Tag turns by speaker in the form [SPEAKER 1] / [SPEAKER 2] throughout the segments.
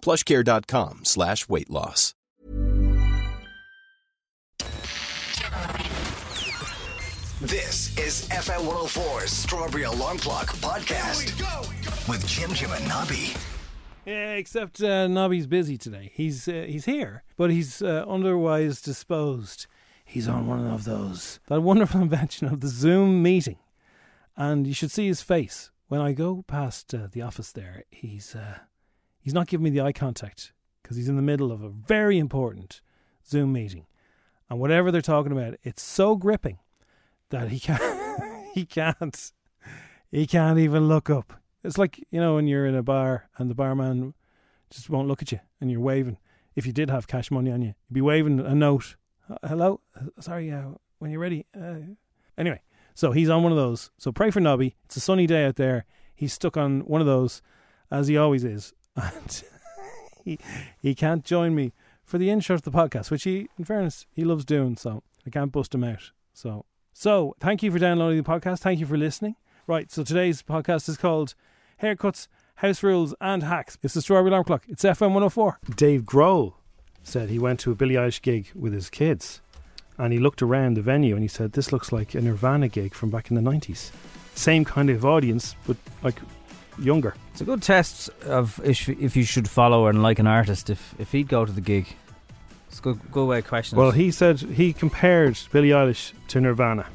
[SPEAKER 1] Plushcare.com slash weight loss.
[SPEAKER 2] This is FM 104's Strawberry Alarm Clock Podcast with Jim Jim and Nobby.
[SPEAKER 3] Yeah, except uh, Nobby's busy today. He's uh, he's here, but he's uh, otherwise disposed. He's on one of those that wonderful invention of the Zoom meeting, and you should see his face when I go past uh, the office. There, he's uh, he's not giving me the eye contact because he's in the middle of a very important Zoom meeting, and whatever they're talking about, it's so gripping that he can't he can't he can't even look up. It's like you know when you're in a bar and the barman just won't look at you and you're waving. If you did have cash money on you, you'd be waving a note. "Uh, Hello, Uh, sorry, uh, when you're ready. Uh. Anyway, so he's on one of those. So pray for Nobby. It's a sunny day out there. He's stuck on one of those, as he always is, and he he can't join me for the intro to the podcast, which he, in fairness, he loves doing. So I can't bust him out. So so thank you for downloading the podcast. Thank you for listening. Right. So today's podcast is called Haircuts, House Rules, and Hacks. It's the Strawberry Alarm Clock. It's FM 104. Dave Grohl said he went to a Billie Eilish gig with his kids, and he looked around the venue and he said, "This looks like a Nirvana gig from back in the '90s. Same kind of audience, but like younger."
[SPEAKER 4] It's a good test of if, if you should follow and like an artist. If if he'd go to the gig, it's a good good way of questioning.
[SPEAKER 3] Well,
[SPEAKER 4] it.
[SPEAKER 3] he said he compared Billie Eilish to Nirvana,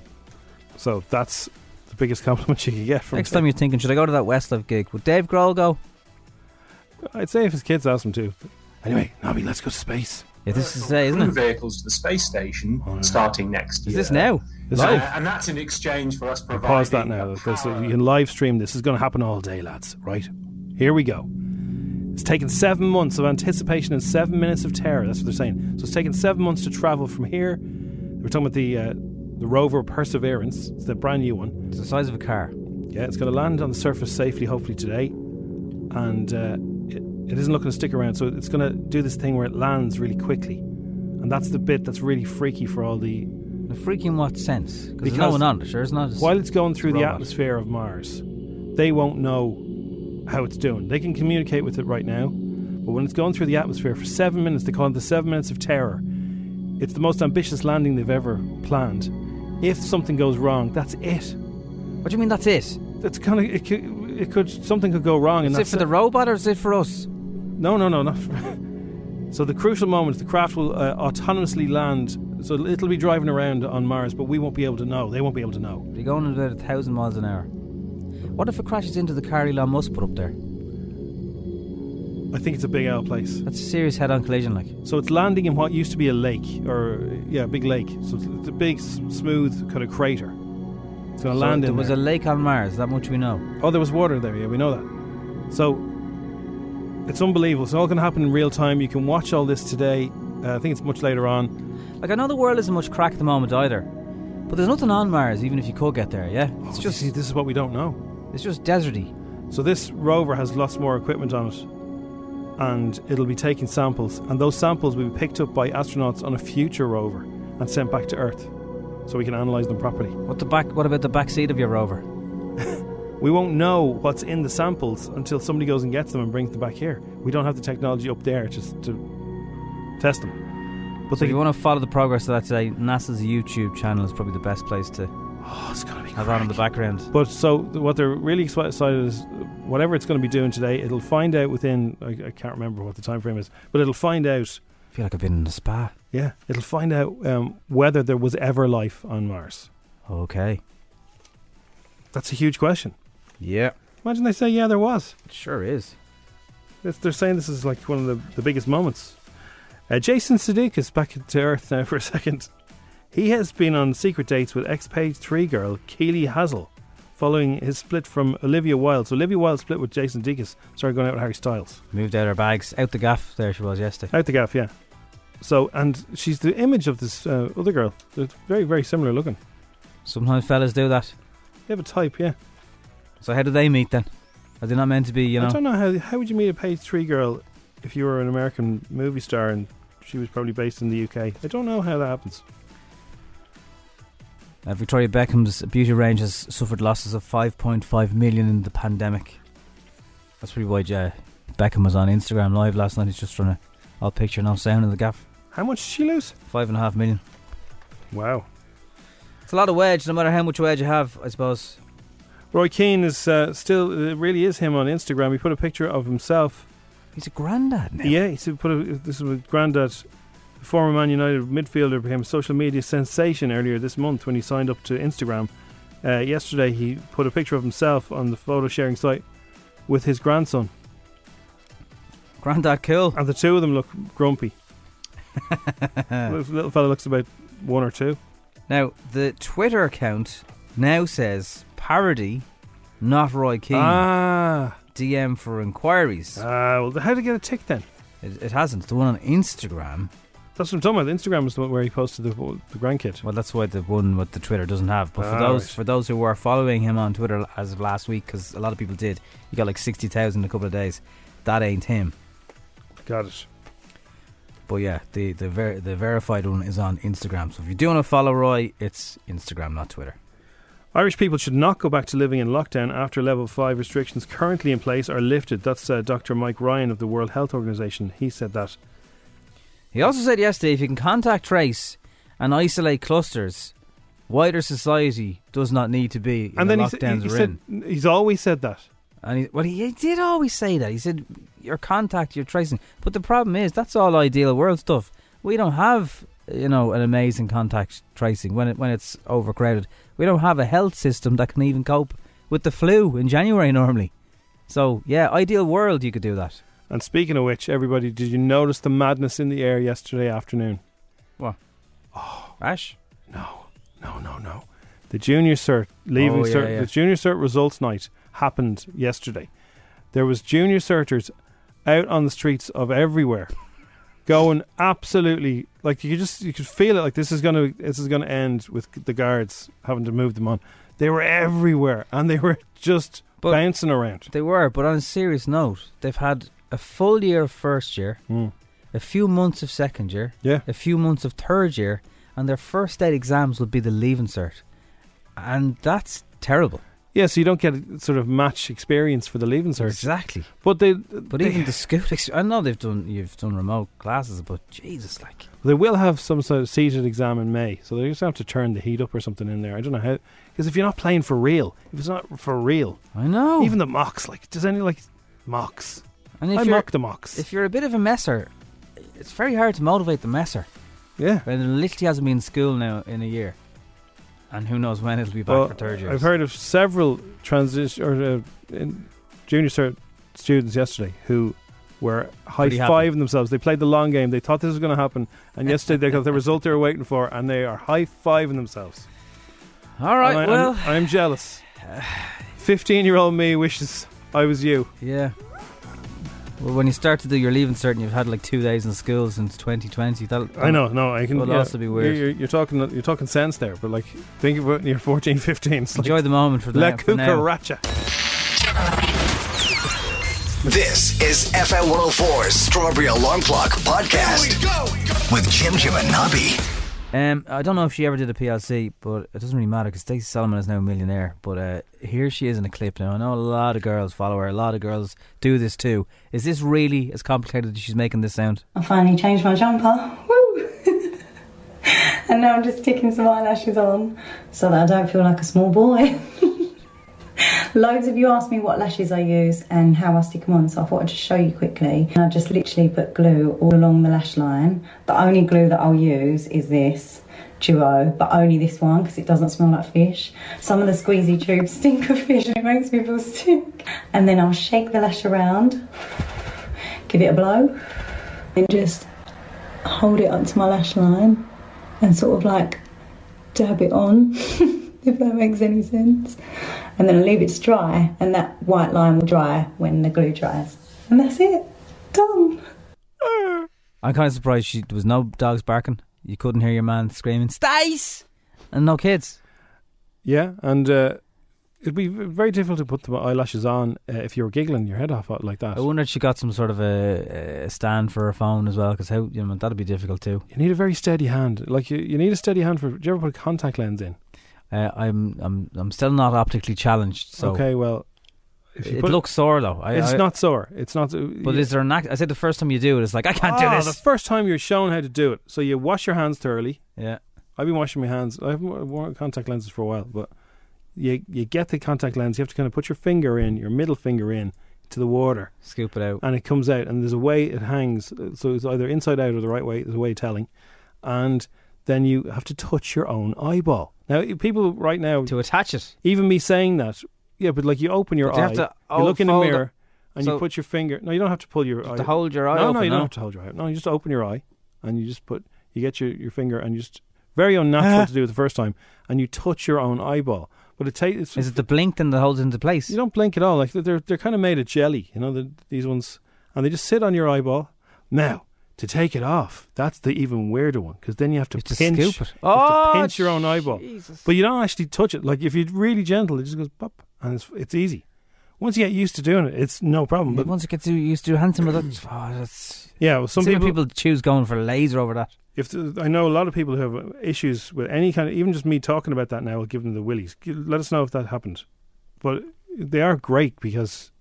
[SPEAKER 3] so that's the biggest compliment you can get from
[SPEAKER 4] next
[SPEAKER 3] Dave.
[SPEAKER 4] time you're thinking, should I go to that Westlife gig? Would Dave Grohl go?
[SPEAKER 3] I'd say if his kids asked him to. Anyway, Nobby, let's go to space. Oh,
[SPEAKER 4] Yeah, this is today,
[SPEAKER 5] crew
[SPEAKER 4] isn't it?
[SPEAKER 5] vehicles to the space station starting next
[SPEAKER 4] Is
[SPEAKER 5] year.
[SPEAKER 4] this now?
[SPEAKER 3] This
[SPEAKER 5] Uh,
[SPEAKER 3] is-
[SPEAKER 5] and that's in exchange for us providing.
[SPEAKER 3] Pause that now. There's-
[SPEAKER 5] power.
[SPEAKER 3] you can live stream this. It's going to happen all day, lads. Right? Here we go. It's taken seven months of anticipation and seven minutes of terror. That's what they're saying. So it's taken seven months to travel from here. We're talking about the uh, the rover Perseverance. It's the brand new one.
[SPEAKER 4] It's the size of a car.
[SPEAKER 3] Yeah, it's going to land on the surface safely, hopefully today, and uh, it, it isn't looking to stick around. So it's going to do this thing where it lands really quickly, and that's the bit that's really freaky for all the
[SPEAKER 4] In freaking what sense? Because there's
[SPEAKER 3] Because
[SPEAKER 4] no one on it. Sure, it's not. It's,
[SPEAKER 3] While it's going through the
[SPEAKER 4] robot.
[SPEAKER 3] atmosphere of Mars, they won't know how it's doing. They can communicate with it right now, but when it's going through the atmosphere for seven minutes, they call it the seven minutes of terror. It's the most ambitious landing they've ever planned. If something goes wrong, that's it.
[SPEAKER 4] what do you mean? That's it?
[SPEAKER 3] That's kind of it. Could, it could something could go wrong, and
[SPEAKER 4] Is it
[SPEAKER 3] that's
[SPEAKER 4] for the robot or is it for us?
[SPEAKER 3] no, no, no, not. For, so the crucial moment, the craft will uh, autonomously land. So it'll- it'll be driving around on Mars, but we won't be able to know. They won't be able to know.
[SPEAKER 4] You're going at about a thousand miles an hour. What if it crashes into the car Elon Musk put up there?
[SPEAKER 3] I think it's a big L place.
[SPEAKER 4] That's a serious head-on collision, like.
[SPEAKER 3] So it's landing in what used to be a lake, or yeah, a big lake. So it's, it's a big, s- smooth kind of crater. It's going to
[SPEAKER 4] So
[SPEAKER 3] land
[SPEAKER 4] there
[SPEAKER 3] in
[SPEAKER 4] was
[SPEAKER 3] there.
[SPEAKER 4] a lake on Mars. That much we know.
[SPEAKER 3] oh, there was water there. Yeah, we know that. So it's unbelievable. It's all going to happen in real time. You can watch all this today. Uh, I think it's much later on.
[SPEAKER 4] Like I know the world isn't much crack at the moment either, but there's nothing on Mars. Even if you could get there, yeah, it's
[SPEAKER 3] Oh,
[SPEAKER 4] just
[SPEAKER 3] you see, this is what we don't know.
[SPEAKER 4] it's just deserty.
[SPEAKER 3] So this rover has lots more equipment on it, and it'll be taking samples, and those samples will be picked up by astronauts on a future rover and sent back to Earth, so we can analyze them properly.
[SPEAKER 4] What the back? What about the back seat of your rover?
[SPEAKER 3] We won't know what's in the samples until somebody goes and gets them and brings them back here. We don't have the technology up there just to test them. But
[SPEAKER 4] So
[SPEAKER 3] they
[SPEAKER 4] if you want to follow the progress of that today, NASA's YouTube channel is probably the best place to
[SPEAKER 3] oh, it's gonna be
[SPEAKER 4] have on in the
[SPEAKER 3] crack.
[SPEAKER 4] background.
[SPEAKER 3] But so what they're really exci- excited is whatever it's going to be doing today, it'll find out within I, I can't remember what the time frame is, but it'll find out
[SPEAKER 4] feel like I've been in a spa.
[SPEAKER 3] Yeah, it'll find out um, whether there was ever life on Mars.
[SPEAKER 4] Okay.
[SPEAKER 3] That's a huge question.
[SPEAKER 4] Yeah.
[SPEAKER 3] Imagine they say, yeah, there was.
[SPEAKER 4] Sure is.
[SPEAKER 3] It's, they're saying this is like one of the, the biggest moments. Uh, Jason Sudeikis is back to Earth now for a second. He has been on secret dates with ex-Page 3 girl Keely Hazel following his split from Olivia Wilde. So Olivia Wilde split with Jason Sudeikis, started going out with Harry Styles.
[SPEAKER 4] Moved out her bags. Out the gaff. There she was yesterday.
[SPEAKER 3] Out the gaff, yeah. So, and she's the image of this uh, other girl. They're very, very similar looking.
[SPEAKER 4] Sometimes fellas do that.
[SPEAKER 3] They have a type, yeah.
[SPEAKER 4] So how do they meet then? Are they not meant to be, you
[SPEAKER 3] I
[SPEAKER 4] know?
[SPEAKER 3] don't know how how would you meet a page three girl if you were an American movie star and she was probably based in the UK. I don't know how that happens.
[SPEAKER 4] Uh, Victoria Beckham's beauty range has suffered losses of 5.5 million in the pandemic. That's probably why uh, Beckham was on Instagram live last night. He's just trying to all picture no sound in the gaff.
[SPEAKER 3] How much did she lose?
[SPEAKER 4] Five and a half million.
[SPEAKER 3] Wow.
[SPEAKER 4] It's a lot of wedge, no matter how much wedge you have, I suppose.
[SPEAKER 3] Roy Keane is uh, still it really is him on Instagram. He put a picture of himself.
[SPEAKER 4] He's a granddad now.
[SPEAKER 3] Yeah, he said put a, this is with granddad. The former Man United midfielder became a social media sensation earlier this month when he signed up to Instagram. Uh, yesterday, he put a picture of himself on the photo sharing site with his grandson,
[SPEAKER 4] Granddad cool.
[SPEAKER 3] and the two of them look grumpy. little fella looks about one or two.
[SPEAKER 4] Now, the Twitter account now says parody, not Roy Keane.
[SPEAKER 3] Ah,
[SPEAKER 4] DM for inquiries.
[SPEAKER 3] ah, well, how did he get a tick then?
[SPEAKER 4] It, it hasn't. The one on Instagram.
[SPEAKER 3] That's what I'm talking about. Instagram was the one where he posted the, the grandkid.
[SPEAKER 4] Well, that's why the one with the Twitter doesn't have. But for
[SPEAKER 3] Ah,
[SPEAKER 4] those
[SPEAKER 3] right.
[SPEAKER 4] for those who were following him on Twitter as of last week, because a lot of people did, he got like sixty thousand in a couple of days. That ain't him.
[SPEAKER 3] Got it.
[SPEAKER 4] But yeah, the the ver- the verified one is on Instagram. So if you do want to follow Roy, it's Instagram, not Twitter.
[SPEAKER 3] Irish people should not go back to living in lockdown after level 5 restrictions currently in place are lifted. That's uh, Dr. Mike Ryan of the World Health Organization. He said that.
[SPEAKER 4] He also said yesterday, if you can contact trace and isolate clusters, wider society does not need to be in
[SPEAKER 3] and
[SPEAKER 4] the
[SPEAKER 3] then he, sa-
[SPEAKER 4] lockdowns
[SPEAKER 3] he, he
[SPEAKER 4] we're
[SPEAKER 3] said
[SPEAKER 4] in.
[SPEAKER 3] he's always said that.
[SPEAKER 4] And he, well, he, he did always say that. He said your contact, your tracing. But the problem is that's all ideal world stuff. We don't have you know an amazing contact tracing when it when it's overcrowded. We don't have a health system that can even cope with the flu in January normally. So yeah, ideal world you could do that.
[SPEAKER 3] And speaking of which, everybody, did you notice the madness in the air yesterday afternoon?
[SPEAKER 4] What? Oh, Ash.
[SPEAKER 3] No, no, no, no. The junior cert leaving
[SPEAKER 4] Oh, yeah,
[SPEAKER 3] cert,
[SPEAKER 4] yeah.
[SPEAKER 3] the junior cert results night happened yesterday. There was junior certers out on the streets of everywhere, going absolutely like you could just you could feel it. Like this is gonna this is gonna end with the guards having to move them on. They were everywhere and they were just
[SPEAKER 4] But-
[SPEAKER 3] bouncing around.
[SPEAKER 4] They were, but on a serious note, they've had a full year of first year,
[SPEAKER 3] Mm.
[SPEAKER 4] a few months of second year,
[SPEAKER 3] Yeah.
[SPEAKER 4] a few months of third year, and their first eight exams will be the leaving cert. And that's terrible.
[SPEAKER 3] Yeah, so you don't get a sort of match experience for the leaving cert,
[SPEAKER 4] Exactly.
[SPEAKER 3] but they
[SPEAKER 4] But
[SPEAKER 3] they-
[SPEAKER 4] even the school, ex- I know they've done you've done remote classes, but Jesus, like
[SPEAKER 3] They will have some sort of seated exam in May, so they just have to turn the heat up or something in there. I don't know how, because if you're not playing for real, if it's not for real,
[SPEAKER 4] I know.
[SPEAKER 3] even the mocks, like does any like mocks?
[SPEAKER 4] and
[SPEAKER 3] I
[SPEAKER 4] if you're
[SPEAKER 3] mock the mocks.
[SPEAKER 4] if you're a bit of a messer, it's very hard to motivate the messer.
[SPEAKER 3] yeah.
[SPEAKER 4] And literally hasn't been in school now in a year, and who knows when it'll be back
[SPEAKER 3] Well,
[SPEAKER 4] for third year.
[SPEAKER 3] I've heard of several transition or uh, in junior cert students yesterday who were high
[SPEAKER 4] Pretty happy.
[SPEAKER 3] fiving themselves. They played the long game. They thought this was going to happen, and yesterday they got the result they were waiting for, and they are high fiving themselves.
[SPEAKER 4] All right,
[SPEAKER 3] And I,
[SPEAKER 4] well,
[SPEAKER 3] I'm, I'm jealous. Fifteen-year-old me wishes I was you.
[SPEAKER 4] Yeah. Well, when you start to do your leaving cert and you've had like two days in school since 2020, that
[SPEAKER 3] I know, no, I can.
[SPEAKER 4] Would
[SPEAKER 3] yeah,
[SPEAKER 4] also be weird.
[SPEAKER 3] You're, you're, you're talking, you're talking sense there, but like, think about when you're 14, 15. It's like,
[SPEAKER 4] Enjoy the moment for the
[SPEAKER 3] La
[SPEAKER 4] for now.
[SPEAKER 3] cucaracha.
[SPEAKER 2] This is FM 104's Strawberry Alarm Clock Podcast with Jim Jim and Nobby.
[SPEAKER 4] Um, I don't know if she ever did a PLC, but it doesn't really matter because Stacey Solomon is now a millionaire. But uh, here she is in a clip now. I know a lot of girls follow her. A lot of girls do this too. Is this really as complicated as she's making this sound?
[SPEAKER 6] I finally changed my jumper. Woo! and now I'm just sticking some eyelashes on so that I don't feel like a small boy. Loads of you asked me what lashes I use and how I stick them on, so I thought I'd just show you quickly. And I just literally put glue all along the lash line. The only glue that I'll use is this duo, but only this one because it doesn't smell like fish. Some of the squeezy tubes stink of fish and it makes me feel sick. And then I'll shake the lash around, give it a blow, and just hold it up to my lash line and sort of like dab it on, if that makes any sense. And then I leave it to dry, and that white line will dry when the glue dries. And that's it. Done.
[SPEAKER 4] I'm kind of surprised she, there was no dogs barking. You couldn't hear your man screaming, Stace! And no kids.
[SPEAKER 3] Yeah, and uh, it'd be v- very difficult to put the eyelashes on uh, if you were giggling your head off out like that.
[SPEAKER 4] I wonder if she got some sort of a, a stand for her phone as well, because how you know that'd be difficult too.
[SPEAKER 3] You need a very steady hand. Like you, you need a steady hand for. Do you ever put a contact lens in?
[SPEAKER 4] Uh, I'm I'm I'm still not optically challenged, so
[SPEAKER 3] okay, well, if you
[SPEAKER 4] it
[SPEAKER 3] put,
[SPEAKER 4] looks sore though. I,
[SPEAKER 3] it's
[SPEAKER 4] I-
[SPEAKER 3] not sore. It's not. uh,
[SPEAKER 4] But is there an act? I said the first time you do it, it's like I can't do
[SPEAKER 3] Ah,
[SPEAKER 4] this.
[SPEAKER 3] The first time you're shown how to do it, so you wash your hands thoroughly.
[SPEAKER 4] yeah,
[SPEAKER 3] I've been washing my hands. I haven't wo- worn contact lenses for a while, but you you get the contact lens. You have to kind of put your finger in, your middle finger in, to the water,
[SPEAKER 4] scoop it out.
[SPEAKER 3] and it comes out. And there's a way it hangs, uh, so it's either inside out or the right way. There's a way of telling, and then you have to touch your own eyeball. Now, i- people right now,
[SPEAKER 4] to attach it.
[SPEAKER 3] even me saying that, yeah, but like you open your
[SPEAKER 4] But you
[SPEAKER 3] eye,
[SPEAKER 4] have to
[SPEAKER 3] you look in the
[SPEAKER 4] unfold it.
[SPEAKER 3] mirror, and
[SPEAKER 4] So-
[SPEAKER 3] you put your finger. No, you don't have to pull your eye.
[SPEAKER 4] to hold your eye
[SPEAKER 3] No, no,
[SPEAKER 4] open,
[SPEAKER 3] you
[SPEAKER 4] no?
[SPEAKER 3] don't have to hold your eye. No, you just open your eye, and you just put. You get your, your finger, and you just very unnatural to do it the first time, and you touch your own eyeball. But it takes.
[SPEAKER 4] Is it the blink then that holds it into place?
[SPEAKER 3] You don't blink at all. Like they're they're kind of made of jelly, you know. The, these ones, and they just sit on your eyeball. Now to take it off, that's the even weirder one because then you have to
[SPEAKER 4] You have to
[SPEAKER 3] pinch.
[SPEAKER 4] scoop it.
[SPEAKER 3] you have to
[SPEAKER 4] Oh,
[SPEAKER 3] pinch your own eyeball,
[SPEAKER 4] Jesus.
[SPEAKER 3] but you don't actually touch it. Like if you're really gentle, it just goes pop, and it's it's easy. Once you get used to doing it, it's no problem.
[SPEAKER 4] But
[SPEAKER 3] But
[SPEAKER 4] once it gets used to handsome, with it, oh, that's
[SPEAKER 3] yeah, well, some
[SPEAKER 4] some people,
[SPEAKER 3] people,
[SPEAKER 4] choose going for laser over that.
[SPEAKER 3] if the, I know a lot of people who have issues with any kind of, even just me talking about that now will give them the willies. G- Let us know if that happened. But they are great because,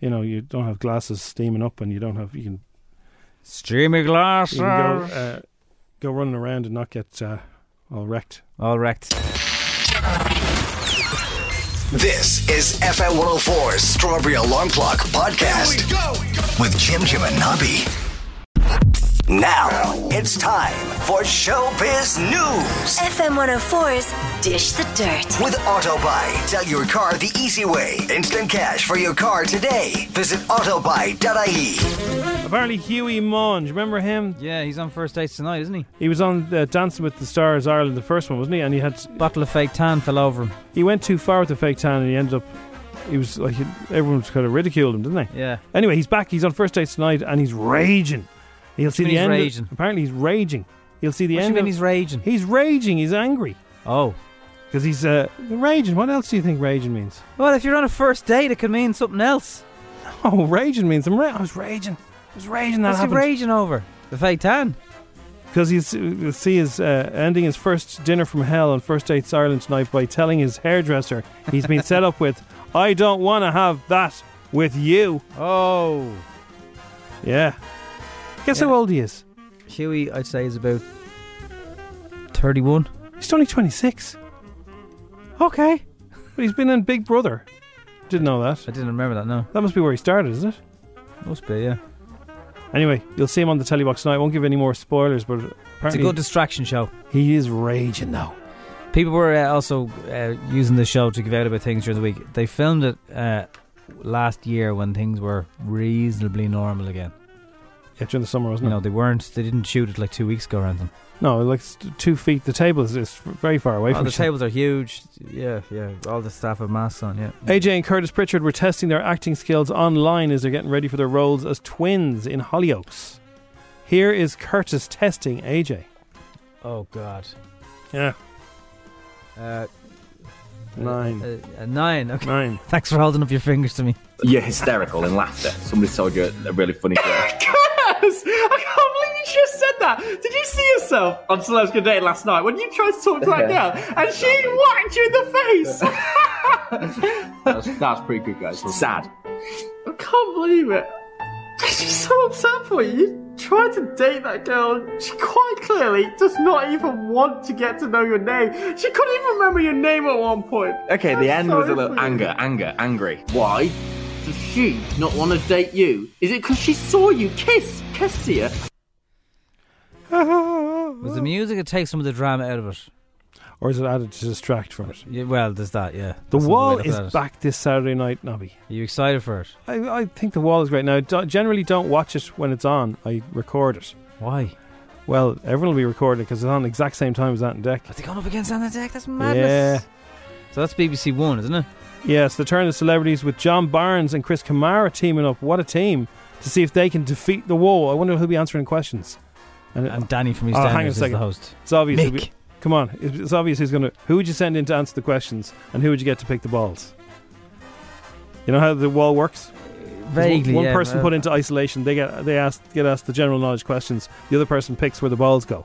[SPEAKER 3] you know, you don't have glasses steaming up and you don't have, you can,
[SPEAKER 4] Streamy glass.
[SPEAKER 3] you can go, uh, go running around and not get uh, all wrecked.
[SPEAKER 4] All wrecked.
[SPEAKER 2] This is FM 104's Strawberry Alarm Clock Podcast with Jim Jim and Nobby. Now it's time for Showbiz News
[SPEAKER 7] FM 104's Dish the Dirt.
[SPEAKER 2] with Autobuy. Sell your car the easy way. Instant cash for your car today. Visit autobuy.ie.
[SPEAKER 3] Apparently, Huey Monge, remember him?
[SPEAKER 4] Yeah, he's on first dates tonight, isn't he?
[SPEAKER 3] He was on uh, Dancing with the Stars Ireland, the first one, wasn't he? And he had
[SPEAKER 4] Bottle of fake tan fell over him.
[SPEAKER 3] he went too far with the fake tan and he ended up, he was like, everyone was kind of ridiculed him, didn't they?
[SPEAKER 4] Yeah.
[SPEAKER 3] Anyway, he's back. He's on first dates tonight, and he's raging. He'll see
[SPEAKER 4] do you
[SPEAKER 3] the
[SPEAKER 4] mean
[SPEAKER 3] end.
[SPEAKER 4] he's
[SPEAKER 3] of-
[SPEAKER 4] raging?
[SPEAKER 3] apparently, he's raging. He'll see the
[SPEAKER 4] What do you
[SPEAKER 3] end.
[SPEAKER 4] mean
[SPEAKER 3] of-
[SPEAKER 4] he's raging?
[SPEAKER 3] he's raging. He's angry
[SPEAKER 4] Oh.
[SPEAKER 3] because he's uh, raging. What else do you think raging means?
[SPEAKER 4] Well, if you're on a first date, it could mean something else.
[SPEAKER 3] Oh, raging means I'm. Ra- I was raging. I was raging. That
[SPEAKER 4] What's he
[SPEAKER 3] happened
[SPEAKER 4] raging over? The fake tan.
[SPEAKER 3] because he's he'll see his uh, ending his first dinner from hell on first dates Ireland tonight by telling his hairdresser he's been set up with. I don't want to have that with you.
[SPEAKER 4] Oh.
[SPEAKER 3] Yeah. Guess how
[SPEAKER 4] Yeah.
[SPEAKER 3] old he is?
[SPEAKER 4] Huey, I'd say, is about 31.
[SPEAKER 3] He's only 26,
[SPEAKER 4] Okay.
[SPEAKER 3] but he's been in Big Brother. Didn't know that.
[SPEAKER 4] I didn't remember that, no.
[SPEAKER 3] That must be where he started, isn't it?
[SPEAKER 4] Must be, yeah.
[SPEAKER 3] Anyway, you'll see him on the telebox tonight. I won't give any more spoilers, but
[SPEAKER 4] It's a
[SPEAKER 3] apparently
[SPEAKER 4] good distraction show.
[SPEAKER 3] he is raging now.
[SPEAKER 4] People were uh, also uh, using the show to give out about things during the week. They filmed it uh, last year when things were reasonably normal again.
[SPEAKER 3] Yeah, during the summer,
[SPEAKER 4] You
[SPEAKER 3] wasn't
[SPEAKER 4] know, they weren't. They didn't shoot it like two weeks ago or anything.
[SPEAKER 3] it? No, like it's t- two feet. The table is, is very far away
[SPEAKER 4] Oh,
[SPEAKER 3] from
[SPEAKER 4] the
[SPEAKER 3] each other.
[SPEAKER 4] tables are huge. Yeah, yeah. All the staff have masks on. Yeah.
[SPEAKER 3] AJ and Curtis Pritchard were testing their acting skills online as they're getting ready for their roles as twins in Hollyoaks. Here is Curtis testing AJ.
[SPEAKER 4] Oh God.
[SPEAKER 3] Yeah,
[SPEAKER 4] Uh,
[SPEAKER 3] nine,
[SPEAKER 4] uh, uh, nine. Okay.
[SPEAKER 3] nine.
[SPEAKER 4] Thanks for holding up your fingers to me.
[SPEAKER 8] You're hysterical in laughter. Somebody told you a really funny joke.
[SPEAKER 9] Yes! I can't believe you just said that. Did you see yourself on Celebs Good Day last night when you tried to talk to that girl and she whacked you in the face?
[SPEAKER 8] That's, that's pretty good, guys. Sad.
[SPEAKER 9] I can't believe it. I'm just so upset for you. tried to date that girl. She quite clearly does not even want to get to know your name. She couldn't even remember your name at one point.
[SPEAKER 8] Okay, the
[SPEAKER 9] I'm
[SPEAKER 8] end was a
[SPEAKER 9] sorry
[SPEAKER 8] little
[SPEAKER 9] for you.
[SPEAKER 8] anger, anger, angry.
[SPEAKER 9] Why does she not want to date you? Is it because she saw you kiss Kessia?
[SPEAKER 4] Was the music it takes some of the drama out of it?
[SPEAKER 3] Or is it added to distract from it?
[SPEAKER 4] Yeah, well, there's that, yeah.
[SPEAKER 3] The
[SPEAKER 4] That's another way
[SPEAKER 3] Wall
[SPEAKER 4] to look at
[SPEAKER 3] is
[SPEAKER 4] it.
[SPEAKER 3] back this Saturday night, Nobby.
[SPEAKER 4] Are you excited for it?
[SPEAKER 3] I, I think The Wall is great. Now, do, generally don't watch it when it's on. I record it.
[SPEAKER 4] Why?
[SPEAKER 3] Well, everyone will be recording because it's on the exact same time as Ant and Deck.
[SPEAKER 4] Are they going up against Anna Deck? That's
[SPEAKER 3] Yeah.
[SPEAKER 4] madness. So that's BBC One, isn't it?
[SPEAKER 3] Yes, the turn of celebrities with John Barnes and Chris Kamara teaming up. What a team to see if they can defeat the wall. I wonder who'll be answering questions. And,
[SPEAKER 4] And Danny from East
[SPEAKER 3] oh,
[SPEAKER 4] Enders
[SPEAKER 3] hang on a
[SPEAKER 4] is
[SPEAKER 3] second.
[SPEAKER 4] the host.
[SPEAKER 3] It's obvious. it'll be-
[SPEAKER 4] Mick.
[SPEAKER 3] come on, It- it's obvious who's going to. Who would you send in to answer the questions, and who would you get to pick the balls? You know how the wall works. There's one-
[SPEAKER 4] Vaguely,
[SPEAKER 3] one
[SPEAKER 4] yeah,
[SPEAKER 3] person
[SPEAKER 4] but-
[SPEAKER 3] put into isolation. They get they asked get asked the general knowledge questions. The other person picks where the balls go.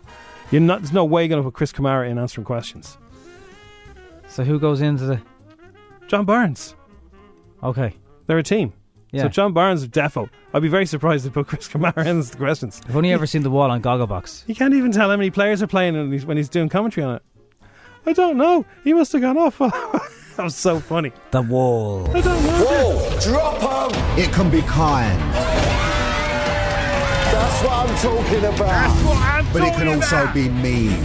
[SPEAKER 3] You're not. There's no way you're going to put Chris Kamara in answering questions.
[SPEAKER 4] So who goes into the?
[SPEAKER 3] John Barnes.
[SPEAKER 4] Okay.
[SPEAKER 3] They're a team.
[SPEAKER 4] Yeah.
[SPEAKER 3] So John Barnes of Defo. I'd be very surprised if they put Chris Kamara in as the questions.
[SPEAKER 4] I've only ever seen the wall on Gogglebox.
[SPEAKER 3] You can't even tell how many players are playing when he's, when he's doing commentary on it. I don't know. He must have gone off. that was so funny.
[SPEAKER 4] The wall.
[SPEAKER 3] I don't know.
[SPEAKER 10] Whoa, drop him! It can be kind. That's what I'm talking about. but it can also be mean.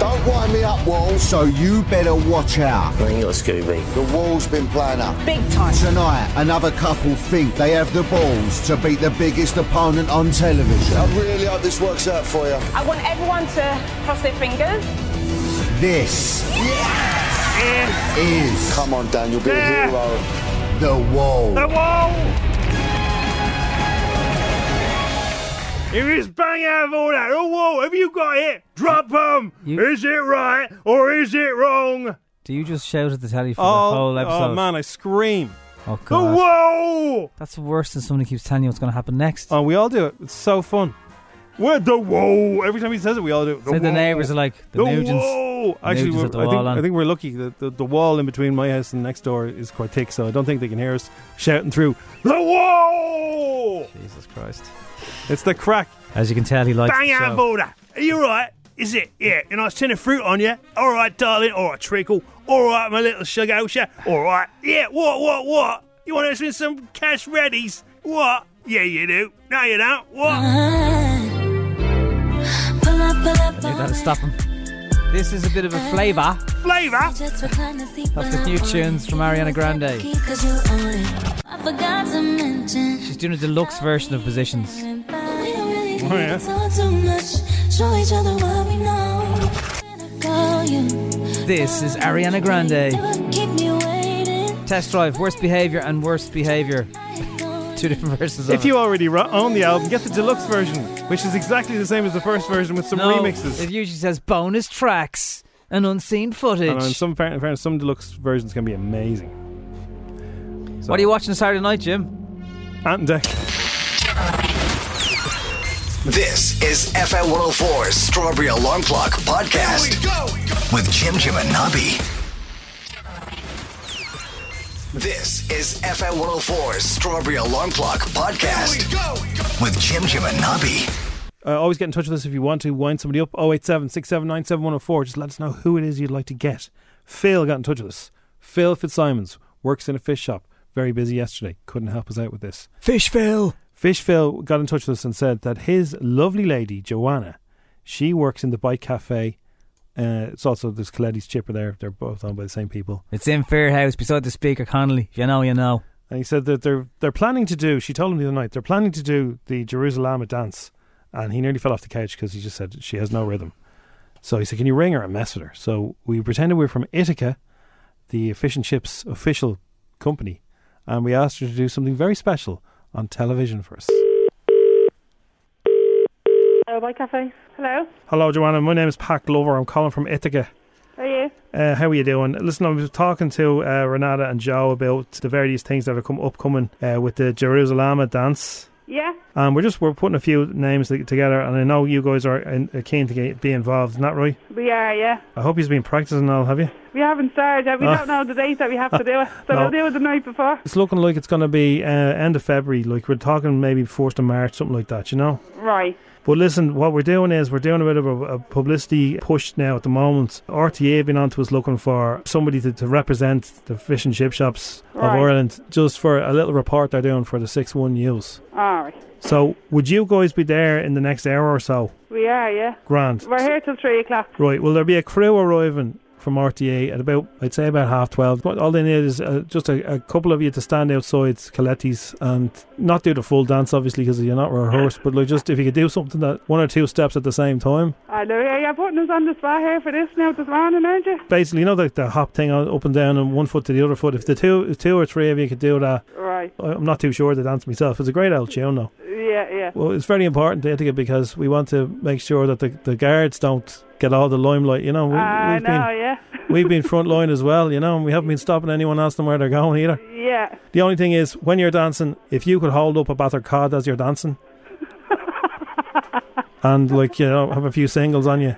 [SPEAKER 10] Don't wind me up, Wall. So you better watch out. Bring your Scooby. The Wall's been playing up. Big time. Tonight, another couple think they have the balls to beat the biggest opponent on television. I really hope this works out for you.
[SPEAKER 11] I want everyone to cross their fingers.
[SPEAKER 10] This is. Come on, Dan, you'll be
[SPEAKER 11] Yeah.
[SPEAKER 10] a hero. The Wall.
[SPEAKER 3] The wall! If it's bang out of all that, oh, whoa, have you got it? Drop him! Is it right or is it wrong?
[SPEAKER 4] Do you just shout at the telly for
[SPEAKER 3] Oh,
[SPEAKER 4] the whole episode?
[SPEAKER 3] oh, man, I scream.
[SPEAKER 4] Oh
[SPEAKER 3] The
[SPEAKER 4] god.
[SPEAKER 3] whoa!
[SPEAKER 4] That's worse than somebody keeps telling you what's going to happen next.
[SPEAKER 3] Oh, we all do it. It's so fun. We're the whoa. Every time he says it, we all do. it.
[SPEAKER 4] So the
[SPEAKER 3] whoa.
[SPEAKER 4] neighbours are like, the Nugents-
[SPEAKER 3] whoa.
[SPEAKER 4] the
[SPEAKER 3] Actually,
[SPEAKER 4] Nugents
[SPEAKER 3] we're,
[SPEAKER 4] at the
[SPEAKER 3] I, think,
[SPEAKER 4] wall on.
[SPEAKER 3] I think we're lucky that the, the wall in between my house and next door is quite thick, so I don't think they can hear us shouting through the whoa.
[SPEAKER 4] Jesus Christ.
[SPEAKER 3] It's the crack.
[SPEAKER 4] As you can tell, he likes
[SPEAKER 12] Bang
[SPEAKER 4] the
[SPEAKER 12] out
[SPEAKER 4] show.
[SPEAKER 12] of order. Are you right? Is it? Yeah. A nice tin of fruit on you. All right, darling. All right, treacle. All right, my little sugar osha. All right. Yeah. What? What? What? You want us with some cash readies? What? Yeah, you do. No, you don't.
[SPEAKER 13] Uh-huh.
[SPEAKER 12] What?
[SPEAKER 7] Pull up, pull up.
[SPEAKER 4] You gotta stop him. This is a bit of a flavour.
[SPEAKER 7] Flavor.
[SPEAKER 4] That's the new tunes from Ariana Grande.
[SPEAKER 7] I forgot to mention.
[SPEAKER 4] She's doing a deluxe version of Positions.
[SPEAKER 7] We don't really
[SPEAKER 4] Oh, yeah.
[SPEAKER 7] need to talk too much. Show each other what we know. Call you.
[SPEAKER 4] This is Ariana Grande.
[SPEAKER 7] Keep me waiting.
[SPEAKER 4] Test drive, worst behaviour and worst behaviour. Two different versions of
[SPEAKER 3] If you already ro- own the album, get the deluxe version, which is exactly the same as the first version with
[SPEAKER 4] it.
[SPEAKER 3] some
[SPEAKER 4] No,
[SPEAKER 3] remixes.
[SPEAKER 4] It usually says bonus tracks and unseen footage.
[SPEAKER 3] And uh, in some fair- in fairness, some deluxe versions can be amazing.
[SPEAKER 4] What are you watching Saturday night, Jim?
[SPEAKER 3] Ant and Deck.
[SPEAKER 2] This is FM 104's Strawberry Alarm Clock Podcast with Jim Jim and Nobby. This is FM 104's Strawberry Alarm Clock Podcast with Jim Jim and Nobby.
[SPEAKER 3] Uh, always get in touch with us if you want to wind somebody up. 087 679 7104. Just let us know who it is you'd like to get. Phil got in touch with us. Phil Fitzsimons works in a fish shop. Very busy yesterday. Couldn't help us out with this.
[SPEAKER 4] Fish Phil.
[SPEAKER 3] Fish Phil got in touch with us and said that his lovely lady, Joanna, she works in the Bike Cafe. Uh, it's also, there's Coletti's Chipper there. They're both owned by the same people.
[SPEAKER 4] It's in Fairhouse beside the speaker Connolly. If you know, you know.
[SPEAKER 3] And he said that they're they're planning to do. She told him the other night they're planning to do the Jerusalem dance, and he nearly fell off the couch because he just said she has no rhythm. So he said, "Can you ring her and mess with her?" So we pretended we were from Ithaca, the fish and chips official company, and we asked her to do something very special on television for us.
[SPEAKER 14] Oh, my cafe. Hello.
[SPEAKER 3] Hello, Joanna. My name is Pat Glover. I'm calling from Ithaca.
[SPEAKER 14] How are you?
[SPEAKER 3] Uh, how are you doing? Listen, I was talking to uh, Renata and Joe about the various things that are come upcoming uh, with the Jerusalem dance.
[SPEAKER 14] Yeah.
[SPEAKER 3] Um, we're just we're putting a few names t- together, and I uh, know you guys are, in, are keen to get, be involved. Isn't that right?
[SPEAKER 14] We are. Yeah.
[SPEAKER 3] I hope you've been practicing all, have you?
[SPEAKER 14] We haven't started yet. We
[SPEAKER 3] Ah.
[SPEAKER 14] don't know the date that we have to do it. So
[SPEAKER 3] No.
[SPEAKER 14] we'll do it the night before.
[SPEAKER 3] It's looking like it's going to be uh, end of February. Like we're talking maybe 1st of March, something like that, you know?
[SPEAKER 14] Right.
[SPEAKER 3] But listen, what we're doing is we're doing a bit of a, a publicity push now at the moment. RTA have been onto us looking for somebody to, to represent the fish and chip shops
[SPEAKER 14] Right.
[SPEAKER 3] of Ireland just for a little report they're doing for the 6 1 news.
[SPEAKER 14] All right.
[SPEAKER 3] So, would you guys be there in the next hour or so?
[SPEAKER 14] We are, yeah.
[SPEAKER 3] Grand.
[SPEAKER 14] We're here till three o'clock.
[SPEAKER 3] Right, well, there'll be a crew arriving from RTA at about, I'd say, about half 12. But all they need is uh, just a, a couple of you to stand outside Coletti's and not do the full dance, obviously, because you're not rehearsed, but like just if you could do something that one or two steps at the same time.
[SPEAKER 14] I know, yeah, you're putting us on the spot here for this now this morning, aren't you?
[SPEAKER 3] Basically, you know, like the hop thing uh, up and down and one foot to the other foot. If the two two or three of you could do that,
[SPEAKER 14] Right.
[SPEAKER 3] I- I'm not too sure of the dance myself. It's a great old tune, though.
[SPEAKER 14] Yeah, yeah.
[SPEAKER 3] Well, it's very important to etiquette because we want to make sure that the, the guards don't get all the limelight. You know, we,
[SPEAKER 14] I
[SPEAKER 3] we've been
[SPEAKER 14] know, yeah.
[SPEAKER 3] we've been front line as well, you know, and we haven't been stopping anyone asking where they're going either.
[SPEAKER 14] Yeah.
[SPEAKER 3] The only thing is, when you're dancing, if you could hold up a batter cod as you're dancing, and like you know, have a few singles on you,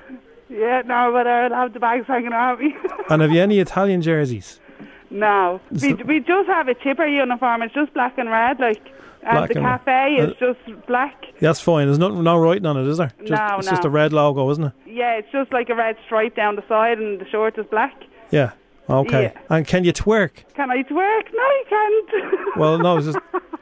[SPEAKER 14] Yeah, no, but I'll have the bags hanging on me.
[SPEAKER 3] and have you any Italian jerseys?
[SPEAKER 14] no.
[SPEAKER 3] Is
[SPEAKER 14] We,
[SPEAKER 3] the-
[SPEAKER 14] we just have a chipper uniform. It's just black and red, like. And
[SPEAKER 3] Black
[SPEAKER 14] the
[SPEAKER 3] and- Uh,
[SPEAKER 14] cafe is just black.
[SPEAKER 3] That's fine. There's nothing, no writing on it, is there? Just,
[SPEAKER 14] No,
[SPEAKER 3] it's just
[SPEAKER 14] no.
[SPEAKER 3] a red logo, isn't it?
[SPEAKER 14] Yeah, it's just like a red stripe down the side, and the short is black.
[SPEAKER 3] Yeah. Okay.
[SPEAKER 14] Yeah.
[SPEAKER 3] And can you twerk?
[SPEAKER 14] Can I twerk? No, I can't.
[SPEAKER 3] Well, no, it's just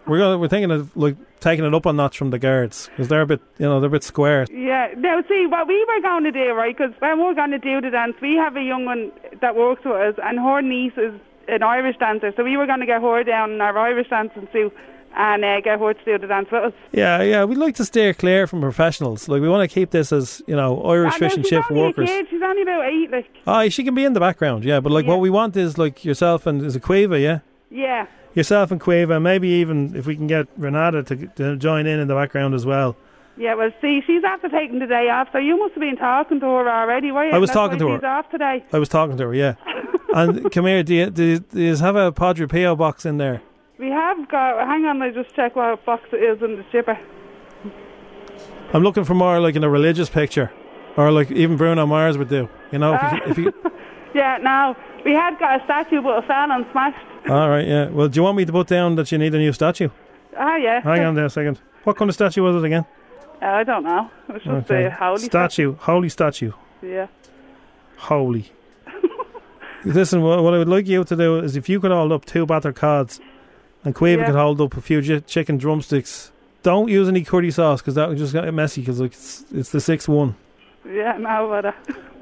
[SPEAKER 3] we're gonna, we're thinking of like taking it up a notch from the guards because they're a bit, you know, they're a bit square.
[SPEAKER 14] Yeah. Now, see, what we were going to do, right, because when we're going to do the dance, we have a young one that works with us, and her niece is an Irish dancer. So we were going to get her down in our Irish dancing suit and uh, get her to do the dance with us.
[SPEAKER 3] Yeah, yeah, we'd like to steer clear from professionals. Like we want to keep this as you know, Irish
[SPEAKER 14] know
[SPEAKER 3] fish and
[SPEAKER 14] she's
[SPEAKER 3] chip
[SPEAKER 14] only
[SPEAKER 3] workers.
[SPEAKER 14] A kid. She's only about eight, like,
[SPEAKER 3] Ah, she can be in the background, yeah. But like, what we want is like yourself and is a Quaver, yeah.
[SPEAKER 14] yeah.
[SPEAKER 3] Yourself and Quaver, maybe even if we can get Renata to, to join in in the background as well.
[SPEAKER 14] Yeah, well, see, she's after taking the day off, so you must have been talking to her already, were you?
[SPEAKER 3] I was
[SPEAKER 14] That's
[SPEAKER 3] talking
[SPEAKER 14] why
[SPEAKER 3] to her.
[SPEAKER 14] She's off today.
[SPEAKER 3] I was talking to her, yeah. and come here, do you, do, you, do you have a Padre Pio box in there?
[SPEAKER 14] We have got. Hang on, I just check what box it is in the chipper.
[SPEAKER 3] I'm looking for more like in a religious picture, or like even Bruno Mars would do. You know, if you, if you
[SPEAKER 14] Yeah, now we had got a statue, but it fell and smashed.
[SPEAKER 3] All right, yeah. Well, do you want me to put down that you need a new statue?
[SPEAKER 14] Ah, yeah. Uh,
[SPEAKER 3] Hang on there a second. What kind of statue was it again?
[SPEAKER 14] I don't know. It was just a holy
[SPEAKER 3] statue. Holy statue.
[SPEAKER 14] statue. Yeah.
[SPEAKER 3] Holy. Listen, what, what I would like you to do is if you could hold up two batter cards and Quaver
[SPEAKER 14] Yeah.
[SPEAKER 3] could hold up a few j- chicken drumsticks. Don't use any curdy sauce because that would just get messy because like, it's, it's the 6 1.
[SPEAKER 14] Yeah, no, but uh,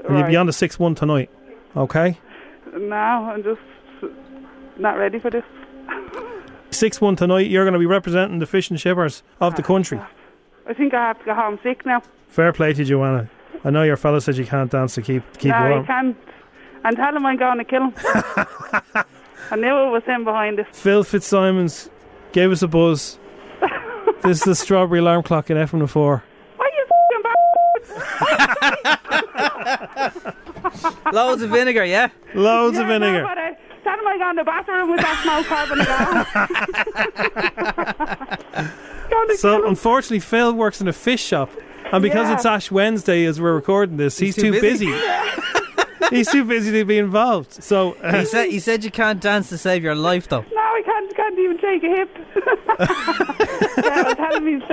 [SPEAKER 3] And you'll be on the 6 1 tonight. Okay?
[SPEAKER 14] No, I'm just not ready for this.
[SPEAKER 3] 6 1 tonight, you're going to be representing the fish and shippers of
[SPEAKER 14] Ah,
[SPEAKER 3] the country.
[SPEAKER 14] I think I have to go home sick now.
[SPEAKER 3] Fair play to you, Joanna. I know your fella says you can't dance to keep, keep
[SPEAKER 14] no,
[SPEAKER 3] warm.
[SPEAKER 14] I can't. And tell him I'm going to kill him. I knew it was him behind this.
[SPEAKER 3] Phil Fitzsimons gave us a buzz. this is the strawberry alarm clock in FM the four.
[SPEAKER 14] Why you
[SPEAKER 4] Loads of vinegar, yeah?
[SPEAKER 3] Loads of
[SPEAKER 14] no,
[SPEAKER 3] vinegar.
[SPEAKER 14] but, uh, Tell him I go in the bathroom with that smoke carbon alarm.
[SPEAKER 3] So unfortunately, Phil works in a fish shop, and because
[SPEAKER 14] Yeah.
[SPEAKER 3] it's Ash Wednesday as we're recording this, he's, too, busy. he's too busy to be involved. So uh,
[SPEAKER 4] he, said, he said you can't dance to save your life, though.
[SPEAKER 14] No, I can't, can't even take a hip. yeah, I was telling him he's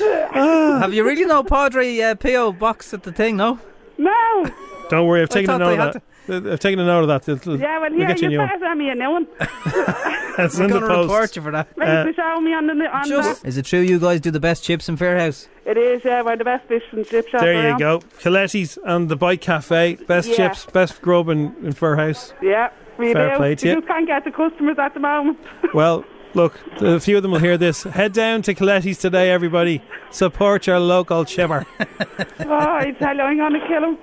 [SPEAKER 14] dead.
[SPEAKER 4] Have you really no Padre uh, Pio box at the thing, no?
[SPEAKER 14] No.
[SPEAKER 3] don't worry, I've
[SPEAKER 4] I
[SPEAKER 3] taken a
[SPEAKER 4] thought they
[SPEAKER 3] note of that. I've taken a note of that. It'll-
[SPEAKER 14] Yeah, well,
[SPEAKER 3] we'll
[SPEAKER 14] here,
[SPEAKER 3] get you a
[SPEAKER 14] you
[SPEAKER 3] new one. Uh,
[SPEAKER 14] better send me a new one.
[SPEAKER 3] It's in the
[SPEAKER 4] gonna
[SPEAKER 3] post.
[SPEAKER 4] report you for that.
[SPEAKER 14] Make
[SPEAKER 3] Uh,
[SPEAKER 14] the show me on the... On
[SPEAKER 4] Just-
[SPEAKER 14] the
[SPEAKER 4] Is it true you guys do the best chips in Fairhouse?
[SPEAKER 14] it is, yeah, we're the best fish and chip shop
[SPEAKER 3] there you
[SPEAKER 14] around.
[SPEAKER 3] go. Coletti's and the Bike Cafe. Best
[SPEAKER 14] Yeah.
[SPEAKER 3] chips, best grub in, in Fairhouse.
[SPEAKER 14] Yeah, we
[SPEAKER 3] Fair
[SPEAKER 14] do.
[SPEAKER 3] play to
[SPEAKER 14] we
[SPEAKER 3] you.
[SPEAKER 14] just can't get the customers at the moment.
[SPEAKER 3] Well, look, a few of them will hear this. Head down to Coletti's today, everybody. Support your local chipper.
[SPEAKER 14] Oh, I tell you, I'm going to kill him.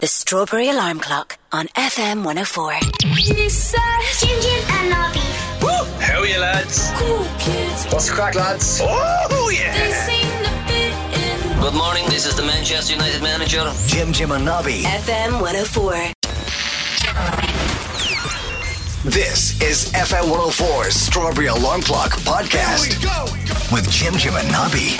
[SPEAKER 15] The Strawberry Alarm Clock on FM 104.
[SPEAKER 7] Lisa, Jim Jim and Nobby. Woo!
[SPEAKER 2] How are you, lads?
[SPEAKER 7] Cool kids.
[SPEAKER 2] What's the crack, lads? Oh,
[SPEAKER 7] They seem to fit in.
[SPEAKER 16] Good morning, this is the Manchester United manager.
[SPEAKER 2] Jim Jim and Nobby.
[SPEAKER 15] FM 104.
[SPEAKER 2] This is FM 104's Strawberry Alarm Clock Podcast with Jim Jim and Nobby.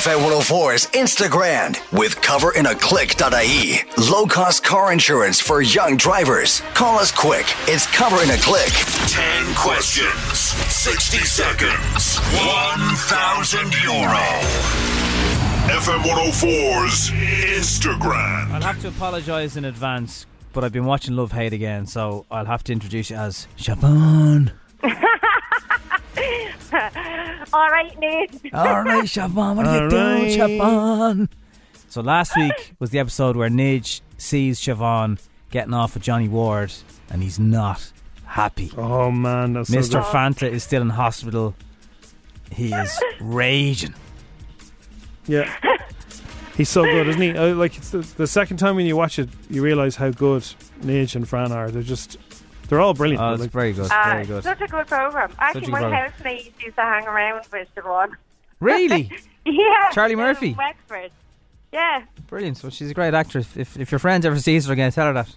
[SPEAKER 2] FM104's Instagram with coverinaclick.ie. Low cost E. car insurance for young drivers. Call us quick. It's Cover in a Click.
[SPEAKER 17] 10 questions, 60 seconds, 1,000 euro. FM 104's Instagram.
[SPEAKER 4] I'll have to apologise in advance, but I've been watching Love Hate again, so I'll have to introduce you as Siobhan.
[SPEAKER 18] All right, Nate.
[SPEAKER 4] All right, Siobhan, what are you
[SPEAKER 18] All
[SPEAKER 4] doing,
[SPEAKER 18] right.
[SPEAKER 4] Siobhan? So last week was the episode where Nige sees Siobhan getting off with Johnny Ward, and he's not happy.
[SPEAKER 3] Oh man, that's so
[SPEAKER 4] Mr.
[SPEAKER 3] good.
[SPEAKER 4] Fanta is still in hospital. He is raging.
[SPEAKER 3] Yeah. He's so good, isn't he? Uh, like it's the, the second time when you watch it, you realize how good Nige and Fran are. They're just, they're all brilliant.
[SPEAKER 4] Oh,
[SPEAKER 3] They're,
[SPEAKER 4] it's
[SPEAKER 3] like-
[SPEAKER 4] very good,
[SPEAKER 18] Ah, Such a good program. Actually,
[SPEAKER 3] good
[SPEAKER 18] my
[SPEAKER 3] programme.
[SPEAKER 18] housemates used to hang around with the one.
[SPEAKER 4] Really?
[SPEAKER 18] Yeah.
[SPEAKER 4] Charlie
[SPEAKER 18] down in
[SPEAKER 4] Murphy?
[SPEAKER 18] Wexford. Yeah.
[SPEAKER 4] Brilliant. So she's a great actress. If, if your friends ever sees her again, tell her that.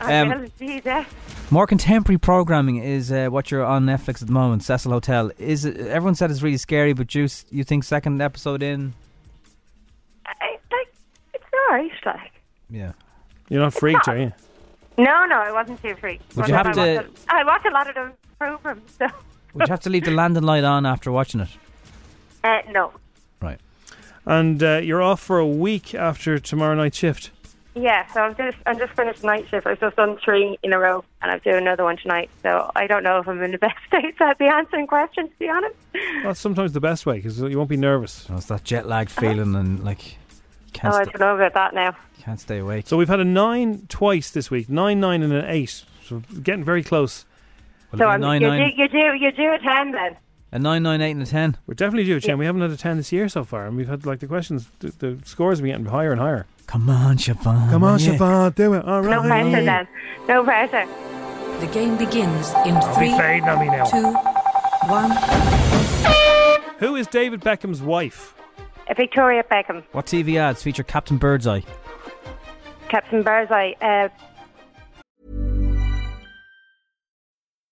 [SPEAKER 18] I
[SPEAKER 4] Um,
[SPEAKER 18] will indeed, eh?
[SPEAKER 4] More contemporary programming is uh, what you're on Netflix at the moment. Cecil Hotel is. It, everyone said it's really scary, but you s- you think second episode in?
[SPEAKER 18] I, like, it's all right, like.
[SPEAKER 4] Yeah.
[SPEAKER 3] You're not freaked, are you?
[SPEAKER 18] No, no, I wasn't too free.
[SPEAKER 4] Would you have to-
[SPEAKER 18] I watch a lot of those programs, so.
[SPEAKER 4] Would you have to leave the London light on after watching it?
[SPEAKER 18] Uh, no.
[SPEAKER 3] And uh, you're off for a week after tomorrow night shift.
[SPEAKER 18] Yeah, so I'm just I'm just finished night shift. I've just done three in a row, and I'm doing another one tonight. So I don't know if I'm in the best state to be answering questions. To be honest,
[SPEAKER 3] That's sometimes the best way because you won't be nervous.
[SPEAKER 4] Oh, it's that jet lag feeling and like
[SPEAKER 18] Uh-huh. oh, I don't know about that now.
[SPEAKER 4] can't stay awake.
[SPEAKER 3] So we've had a nine twice this week, nine nine and an eight. So getting very close.
[SPEAKER 18] so I'm you do you do you do a ten then.
[SPEAKER 4] A nine nine eight and a ten.
[SPEAKER 3] We're definitely due a ten. We haven't had a ten this year so far, and we've had like the questions, the, the scores have been getting higher and higher.
[SPEAKER 4] Come on, Siobhan.
[SPEAKER 3] Come on,
[SPEAKER 4] Oh, yeah.
[SPEAKER 3] Siobhan, do it. All right.
[SPEAKER 18] No pressure then. No pressure.
[SPEAKER 19] The game begins in
[SPEAKER 3] I'll be
[SPEAKER 19] three,
[SPEAKER 3] fading on me now.
[SPEAKER 19] two, one.
[SPEAKER 3] Who is David Beckham's wife?
[SPEAKER 18] Uh, Victoria Beckham,
[SPEAKER 4] What TV ads feature Captain Birdseye?
[SPEAKER 18] Captain Birdseye. Uh,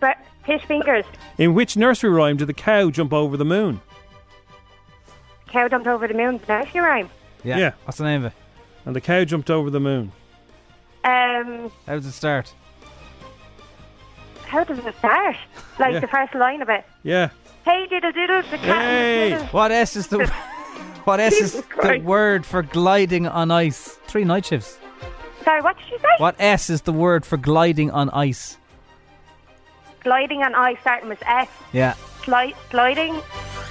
[SPEAKER 18] Bre- Fish fingers.
[SPEAKER 3] In which nursery rhyme did the cow jump over the moon?
[SPEAKER 18] Cow dumped over the moon. Nice your rhyme.
[SPEAKER 4] Yeah. What's the name of it?
[SPEAKER 3] And the cow jumped over the moon.
[SPEAKER 18] Um,
[SPEAKER 4] How does it start?
[SPEAKER 18] how does it start? Like
[SPEAKER 4] Yeah.
[SPEAKER 18] the first line of it.
[SPEAKER 3] Yeah.
[SPEAKER 18] Hey, diddle diddle, the cat.
[SPEAKER 4] Hey!
[SPEAKER 18] diddle.
[SPEAKER 4] What S is the What S is the word for gliding on ice? Three night shifts.
[SPEAKER 18] Sorry, what did you say?
[SPEAKER 4] What S is the word for gliding on ice?
[SPEAKER 18] Gliding and I starting with S.
[SPEAKER 4] Yeah.
[SPEAKER 18] Slide, sliding.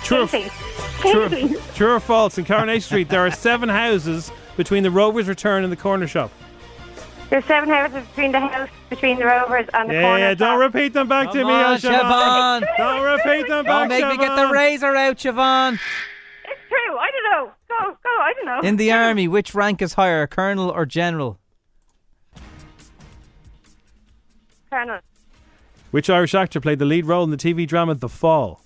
[SPEAKER 3] True.
[SPEAKER 18] Skating.
[SPEAKER 3] True,
[SPEAKER 18] Skating.
[SPEAKER 3] true or false? In Coronation Street, there are seven houses between the Rover's Return and the corner shop.
[SPEAKER 18] There's seven houses between the house, between the rovers and the
[SPEAKER 3] yeah,
[SPEAKER 18] corner.
[SPEAKER 3] yeah, don't
[SPEAKER 18] shop.
[SPEAKER 3] repeat them back to
[SPEAKER 4] Come
[SPEAKER 3] me,
[SPEAKER 4] on,
[SPEAKER 3] oh, Siobhan.
[SPEAKER 4] Siobhan.
[SPEAKER 3] Don't repeat them back,
[SPEAKER 4] Don't make me get the
[SPEAKER 3] Siobhan.
[SPEAKER 4] razor out, Siobhan.
[SPEAKER 18] It's true. I don't know. Go, go. I don't know.
[SPEAKER 4] In the army, which rank is higher, colonel or general?
[SPEAKER 18] Colonel.
[SPEAKER 3] Which Irish actor played the lead role in the TV drama The Fall?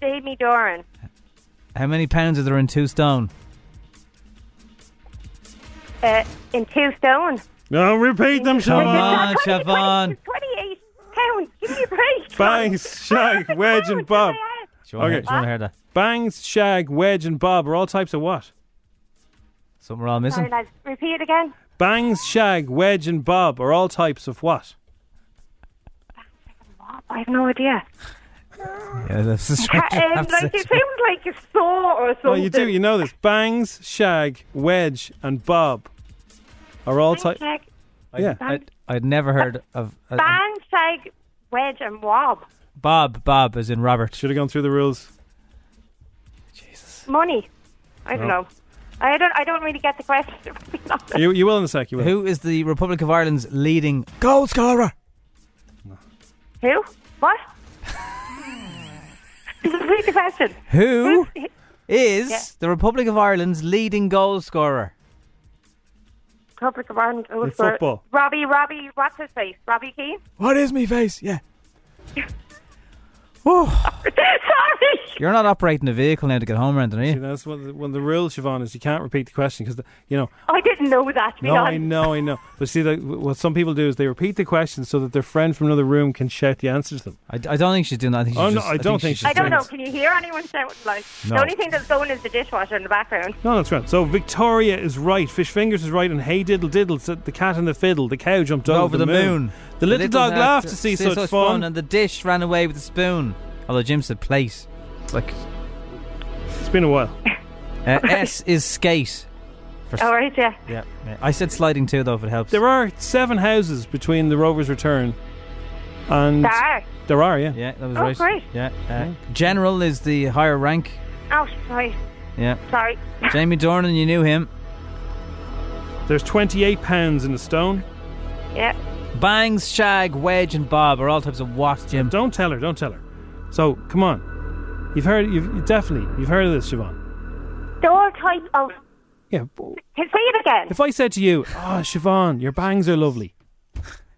[SPEAKER 18] Jamie Doran.
[SPEAKER 4] How many pounds are there in two stone?
[SPEAKER 18] Uh, in two stone.
[SPEAKER 3] No, repeat them,
[SPEAKER 4] Come
[SPEAKER 3] Siobhan.
[SPEAKER 4] on, Siobhan.
[SPEAKER 18] 28 pounds. Give me a break.
[SPEAKER 3] Bangs, Shag, Wedge, and Bob.
[SPEAKER 4] Do you wanna hear- do you wanna hear that?
[SPEAKER 3] Bangs, Shag, Wedge, and Bob are all types of what?
[SPEAKER 4] Something we're all
[SPEAKER 18] Sorry, lads. Repeat again.
[SPEAKER 3] Bangs, Shag, Wedge, and Bob are all types of what?
[SPEAKER 18] I have no idea.
[SPEAKER 4] Yeah, this is
[SPEAKER 18] Ca- um, like it sounds like a saw or something.
[SPEAKER 3] Oh, you do, you know this. Bangs, Shag, Wedge, and Bob are all types.
[SPEAKER 18] Shag,
[SPEAKER 3] Yeah.
[SPEAKER 4] I'd, I'd never heard of uh,
[SPEAKER 18] bang, shag, wedge, and wob.
[SPEAKER 4] Bob. Bob as in Robert.
[SPEAKER 3] Should have gone through the rules.
[SPEAKER 18] Money. I don't
[SPEAKER 4] No.
[SPEAKER 18] know. I don't. I don't really get the question. to be honest.
[SPEAKER 3] You, you will in a sec. You will.
[SPEAKER 4] Who is the Republic of Ireland's leading goal scorer?
[SPEAKER 18] Who? What? Repeat the question.
[SPEAKER 4] Who is
[SPEAKER 18] Yeah.
[SPEAKER 4] the Republic of Ireland's leading goal scorer?
[SPEAKER 18] Public of Ireland. who
[SPEAKER 4] In
[SPEAKER 18] scored-
[SPEAKER 4] football.
[SPEAKER 18] Robbie, Robbie, what's his face? Robbie Keane?
[SPEAKER 4] What is me face? Yeah. Oh,
[SPEAKER 18] Sorry!
[SPEAKER 4] you're not operating a vehicle now to get home, Brendan, are
[SPEAKER 3] See,
[SPEAKER 4] you?
[SPEAKER 3] that's one of, the, one of the rules, Siobhan, is you can't repeat the question because, you know,
[SPEAKER 18] I didn't know that, to be
[SPEAKER 3] no, I
[SPEAKER 18] honest.
[SPEAKER 3] know, I know. But see, like, w- what some people do is they repeat the question so that their friend from another room can shout the answer to them.
[SPEAKER 4] I, I don't think she's doing that. I think she's
[SPEAKER 3] Oh, no,
[SPEAKER 4] just-
[SPEAKER 3] I don't think
[SPEAKER 18] I don't
[SPEAKER 3] doing
[SPEAKER 18] know. Can you hear anyone shout? Like
[SPEAKER 3] No.
[SPEAKER 18] the only thing that's going is the dishwasher in the background.
[SPEAKER 3] No, that's right. So Victoria is right. Fish fingers is right, and Hey Diddle Diddle, said the cat and the fiddle. The cow jumped over,
[SPEAKER 4] over the moon.
[SPEAKER 3] The little, dog
[SPEAKER 4] rat
[SPEAKER 3] laughed to see, such, fun.
[SPEAKER 4] and the dish ran away with the spoon. Although Jim said place, it's like
[SPEAKER 3] it's been a while.
[SPEAKER 4] Uh, S is skate. For s-
[SPEAKER 18] All right, yeah.
[SPEAKER 4] Yeah, yeah. I said sliding too, though, if it helps.
[SPEAKER 3] There are seven houses between the Rover's return, and
[SPEAKER 18] There are?
[SPEAKER 3] There are, yeah.
[SPEAKER 4] Yeah, that was
[SPEAKER 18] Oh,
[SPEAKER 4] right.
[SPEAKER 18] great.
[SPEAKER 4] Yeah. Uh,
[SPEAKER 3] Hmm.
[SPEAKER 4] General is the higher rank.
[SPEAKER 18] Oh, sorry,
[SPEAKER 4] Yeah.
[SPEAKER 18] sorry.
[SPEAKER 4] Jamie Dornan, you knew him.
[SPEAKER 3] There's 28 pounds in a stone.
[SPEAKER 18] Yeah.
[SPEAKER 4] Bangs, Shag, Wedge, and Bob are all types of what, Jim?
[SPEAKER 3] Don't tell her. Don't tell her. So come on, you've heard. You've definitely you've heard of this, Siobhan.
[SPEAKER 18] The all type of.
[SPEAKER 3] Yeah.
[SPEAKER 18] Say it again.
[SPEAKER 3] If I said to you, "Oh, Siobhan, your bangs are lovely,"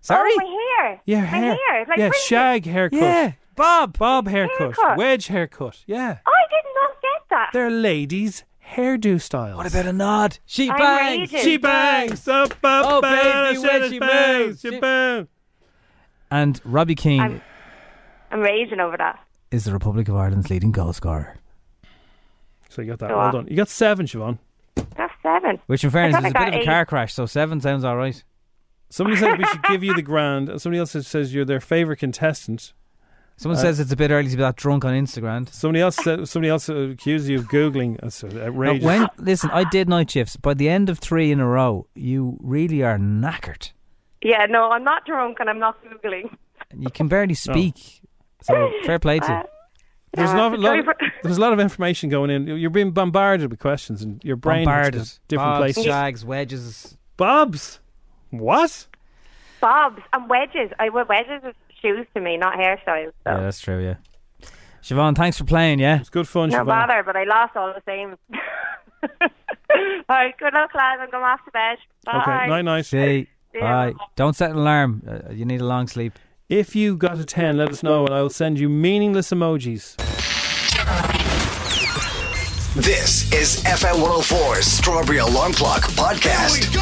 [SPEAKER 4] Sorry.
[SPEAKER 18] Oh, my hair.
[SPEAKER 3] Yeah,
[SPEAKER 18] my
[SPEAKER 3] hair.
[SPEAKER 18] Like
[SPEAKER 3] yeah,
[SPEAKER 18] fringes.
[SPEAKER 3] shag haircut.
[SPEAKER 4] Yeah, Bob.
[SPEAKER 3] Bob haircut.
[SPEAKER 18] Haircut. Ah.
[SPEAKER 3] Wedge haircut. Yeah.
[SPEAKER 18] I did not get that.
[SPEAKER 3] They're ladies' hairdo styles. What
[SPEAKER 4] about a nod? She
[SPEAKER 18] I'm
[SPEAKER 4] bangs.
[SPEAKER 18] raging.
[SPEAKER 3] She bangs. Up, up,
[SPEAKER 4] Oh,
[SPEAKER 3] bang,
[SPEAKER 4] baby, when
[SPEAKER 3] said
[SPEAKER 4] she
[SPEAKER 3] bangs,
[SPEAKER 4] moves.
[SPEAKER 3] she
[SPEAKER 4] She-
[SPEAKER 3] bangs.
[SPEAKER 4] And Robbie Keane
[SPEAKER 18] I'm- I'm raging over that.
[SPEAKER 4] is the Republic of Ireland's leading goal scorer.
[SPEAKER 3] So you got that.
[SPEAKER 18] Go
[SPEAKER 3] well
[SPEAKER 18] on.
[SPEAKER 3] done. You got seven, Siobhan.
[SPEAKER 18] That's seven.
[SPEAKER 4] Which, in fairness,
[SPEAKER 18] I
[SPEAKER 4] is a
[SPEAKER 18] thought I
[SPEAKER 4] bit of
[SPEAKER 18] got
[SPEAKER 4] a
[SPEAKER 18] eight.
[SPEAKER 4] car crash, so seven sounds all right.
[SPEAKER 3] Somebody says we should give you the grand, and somebody else says you're their favourite contestant.
[SPEAKER 4] Someone
[SPEAKER 3] Uh,
[SPEAKER 4] says it's a bit early to be that drunk on Instagram.
[SPEAKER 3] Somebody else said, somebody else uh, accuses you of googling. That's uh,
[SPEAKER 4] Now,
[SPEAKER 3] outrageous.
[SPEAKER 4] when listen, I did night shifts. By the end of three in a row, you really are knackered.
[SPEAKER 18] Yeah, no, I'm not drunk and I'm not googling.
[SPEAKER 4] and You can barely speak. So fair play to you.
[SPEAKER 3] there's,
[SPEAKER 18] Uh,
[SPEAKER 3] not a lot
[SPEAKER 18] sorry
[SPEAKER 3] of,
[SPEAKER 18] for-
[SPEAKER 3] there's a lot of information going in. You're being bombarded with questions, and your brain is
[SPEAKER 4] Bombarded.
[SPEAKER 3] to different
[SPEAKER 4] Bobs,
[SPEAKER 3] places.
[SPEAKER 4] shags, wedges.
[SPEAKER 3] Bob's. What?
[SPEAKER 18] Bobs and wedges. I wear wedges as shoes to me, not hairstyles.
[SPEAKER 4] Yeah, that's true. Yeah. Siobhan, thanks for playing. Yeah, it's
[SPEAKER 3] good fun.
[SPEAKER 18] No bother, but I lost all the same. all right, good luck, lads. I'm going off to bed. Bye.
[SPEAKER 3] night.
[SPEAKER 4] See,
[SPEAKER 18] See ya.
[SPEAKER 4] bye. Don't set an alarm. Uh, you need a long sleep.
[SPEAKER 3] If you got a 10, let us know and I will send you meaningless emojis.
[SPEAKER 2] This is FM 104's Strawberry Alarm Clock Podcast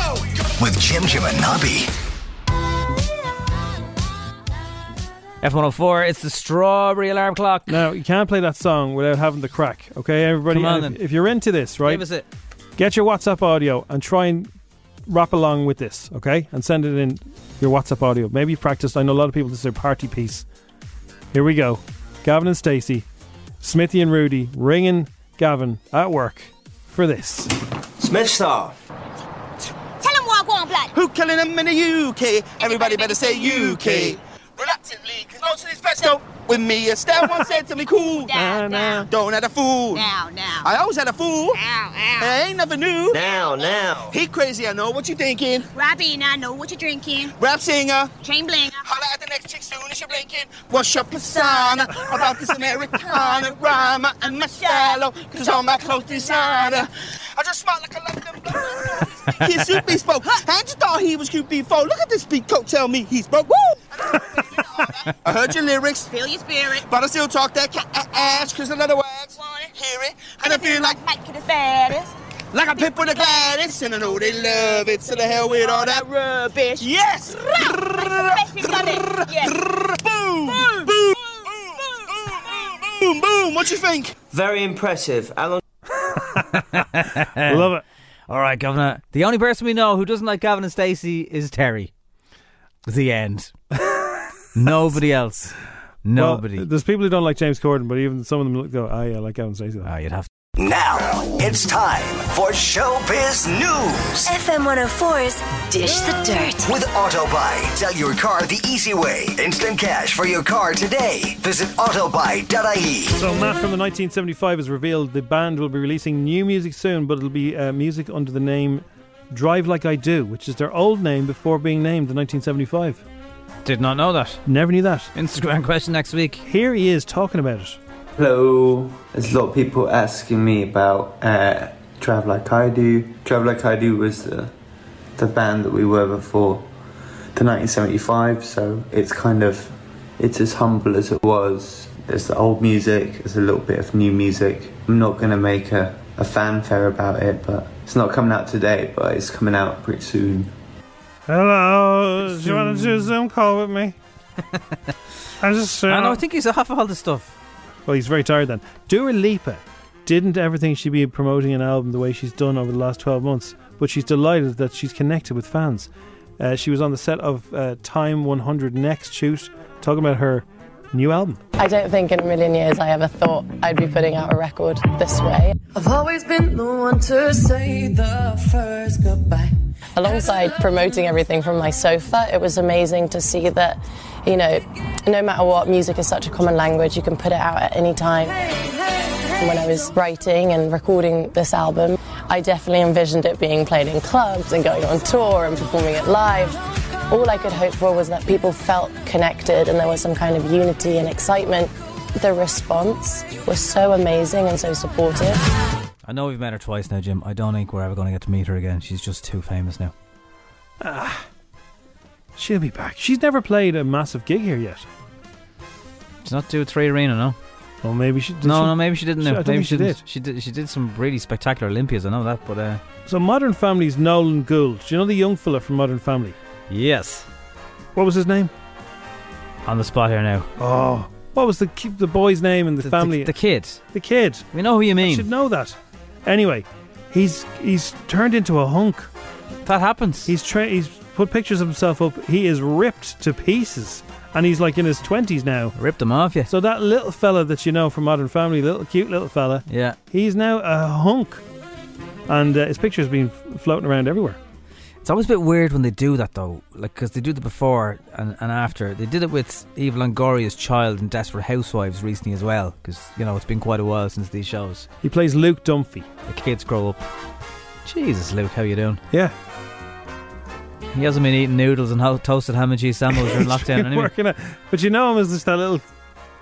[SPEAKER 2] with Jim Jim and Nobby.
[SPEAKER 4] F one hundred four. It's the strawberry alarm clock.
[SPEAKER 3] Now, you can't play that song without having the crack, okay, everybody?
[SPEAKER 4] Come on
[SPEAKER 3] And if,
[SPEAKER 4] then.
[SPEAKER 3] if you're into this, right?
[SPEAKER 4] Give us it.
[SPEAKER 3] Get your WhatsApp audio and try and rap along with this, okay? And send it in your WhatsApp audio. Maybe you've practiced. I know a lot of people, this is their party piece. Here we go Gavin and Stacey, Smithy and Rudy ringing Gavin at work for this.
[SPEAKER 20] Smith Star.
[SPEAKER 13] Tell him what I want, blood.
[SPEAKER 20] Who killing them in the UK? Everybody better say UK.
[SPEAKER 13] Reluctantly, because most of these best
[SPEAKER 20] So with me, Estelle once said to me, cool. Now, now. Don't have a fool.
[SPEAKER 13] Now, now.
[SPEAKER 20] I always had a fool. Now, now. I ain't never knew. Now, now. He crazy, I know. What you thinking?
[SPEAKER 13] Robbie, now I know what you're drinking.
[SPEAKER 20] Rap singer.
[SPEAKER 13] Train blinger.
[SPEAKER 20] Holla at the next chick soon as you're blinking. What's your persona about this Americana rhymer and my shallow? Cause all my clothes designer. I just smile like a London bloke. He's soup bespoke. I just thought he was cute before. Look at this beat coat tell me he's broke. Woo! I heard your lyrics. Feel your spirit. But I still talk that ca- a- ass cause in other words, wanna hear it. And I feel like Mike is baddest. Like a pimp with a Gladys, and I know they love it. So the hell with all that rubbish. Yes! Boom! Boom! Boom! Boom! Boom! What you think?
[SPEAKER 21] Very impressive. Alan.
[SPEAKER 4] Love
[SPEAKER 3] it.
[SPEAKER 4] All right, Governor. The only person we know who doesn't like Gavin and Stacey is Terry. The end. Nobody else. Nobody.
[SPEAKER 3] Well, uh, there's people who don't like James Corden, but even some of them go, oh, yeah, I like Gavin and Stacey. Oh,
[SPEAKER 4] Ah, you'd have to.
[SPEAKER 2] Now it's time for Showbiz News.
[SPEAKER 15] FM 104's Dish the Dirt.
[SPEAKER 2] With Autobuy, sell your car the easy way. Instant cash for your car today. Visit autobuy.ie.
[SPEAKER 3] So, Matt from the 1975 has revealed the band will be releasing new music soon, but it'll be uh, music under the name Drive Like I Do, which is their old name before being named in 1975.
[SPEAKER 4] Did not know that.
[SPEAKER 3] Never knew that.
[SPEAKER 4] Instagram question next week.
[SPEAKER 3] Here he is talking about it.
[SPEAKER 21] Hello. There's a lot of people asking me about uh, Travel Like I Do. Travel Like I Do was the, the band that we were before the 1975, so it's kind of, it's as humble as it was. There's the old music, there's a little bit of new music. I'm not going to make a, a fanfare about it, but it's not coming out today, but it's coming out pretty soon.
[SPEAKER 3] Hello, do you want to do a Zoom call with me? I'm just. Uh,
[SPEAKER 4] I know, I think he's off all the stuff.
[SPEAKER 3] Well, he's very tired then. Dua Lipa didn't ever think she'd be promoting an album the way she's done over the last 12 months, but she's delighted that she's connected with fans. Uh, she was on the set of uh, Time 100 Next Shoot talking about her new album.
[SPEAKER 22] I don't think in a million years I ever thought I'd be putting out a record this way.
[SPEAKER 1] I've always been the one to say the first goodbye.
[SPEAKER 22] Alongside promoting everything from my sofa, it was amazing to see that, you know, no matter what, music is such a common language. You can put it out at any time. When I was writing and recording this album, I definitely envisioned it being played in clubs and going on tour and performing it live. All I could hope for was that people felt connected and there was some kind of unity and excitement. The response was so amazing and so supportive.
[SPEAKER 4] I know we've met her twice now, Jim. I don't think we're ever going to get to meet her again. She's just too famous now.
[SPEAKER 3] She'll be back. She's never played a massive gig here yet.
[SPEAKER 4] She's not do three arena, no.
[SPEAKER 3] Well, maybe she.
[SPEAKER 4] no,
[SPEAKER 3] she-
[SPEAKER 4] no, maybe she didn't.
[SPEAKER 3] She- I
[SPEAKER 4] No.
[SPEAKER 3] don't
[SPEAKER 4] Maybe
[SPEAKER 3] think she
[SPEAKER 4] didn't. She did. She did some really spectacular Olympias. I know that, but uh,
[SPEAKER 3] So, Modern Family's Nolan Gould. Do you know the young fella from Modern Family?
[SPEAKER 4] yes,
[SPEAKER 3] What was his name?
[SPEAKER 4] on the spot here now.
[SPEAKER 3] Oh, what was the ki- the boy's name in the, family?
[SPEAKER 4] the kid.
[SPEAKER 3] The kid.
[SPEAKER 4] We know who you mean.
[SPEAKER 3] I should know that. Anyway, he's he's turned into a hunk.
[SPEAKER 4] That happens.
[SPEAKER 3] He's tra- he's put pictures of himself up. He is ripped to pieces, and he's like in his twenties now.
[SPEAKER 4] Ripped him off, yeah.
[SPEAKER 3] So that little fella that you know from Modern Family, little cute little fella,
[SPEAKER 4] Yeah.
[SPEAKER 3] he's now a hunk, and uh, his picture's been f- floating around everywhere.
[SPEAKER 4] It's always a bit weird when they do that though, like because they do the before and, and after. They did it with Eva Longoria's child and Desperate Housewives recently as well, because you know it's been quite a while since these shows.
[SPEAKER 3] He plays Luke Dunphy.
[SPEAKER 4] The kids grow up. Jesus, Luke, how you doing?
[SPEAKER 3] Yeah.
[SPEAKER 4] He hasn't been eating noodles and ho- toasted ham and cheese sandwiches during lockdown
[SPEAKER 3] Been
[SPEAKER 4] anyway.
[SPEAKER 3] working out. But you know him as just that little,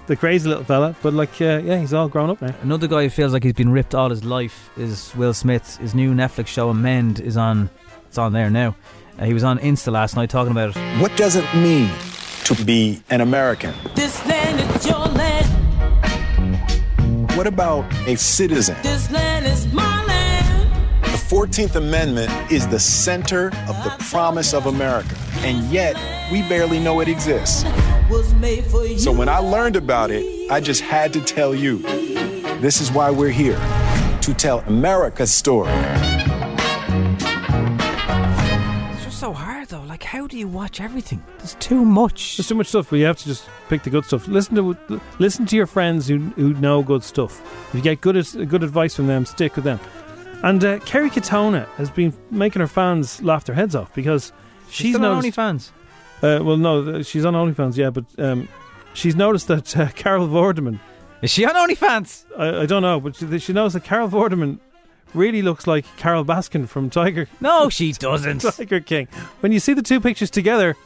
[SPEAKER 3] the crazy little fella. But like, uh, yeah, he's all grown up now.
[SPEAKER 4] Another guy who feels like he's been ripped all his life is Will Smith. His new Netflix show Amend is on. It's on there now. Uh, he was on Insta last night talking about it.
[SPEAKER 5] What does it mean to be an American?
[SPEAKER 1] This land is your land.
[SPEAKER 5] What about a citizen?
[SPEAKER 1] This land is my land.
[SPEAKER 5] The 14th Amendment is the center of the promise of America, and yet we barely know it exists.
[SPEAKER 1] Was made for you.
[SPEAKER 5] So when I learned about it, I just had to tell you this is why we're here to tell America's story.
[SPEAKER 4] It's just so hard though. Like, how do you watch everything? There's too much.
[SPEAKER 3] There's too much stuff, but you have to just pick the good stuff. Listen to listen to your friends who who know good stuff. If you get good as- good advice from them, stick with them. And uh, Kerry Katona has been making her fans laugh their heads off because she's,
[SPEAKER 4] still on
[SPEAKER 3] noticed-
[SPEAKER 4] OnlyFans.
[SPEAKER 3] Uh, well, no, th- she's on OnlyFans, yeah, but um, she's noticed that uh, Carol Vorderman.
[SPEAKER 4] Is she on OnlyFans?
[SPEAKER 3] I, I don't know, but she, she knows that Carol Vorderman really looks like Carol Baskin from Tiger.
[SPEAKER 4] No, she doesn't.
[SPEAKER 3] Tiger King. When you see the two pictures together,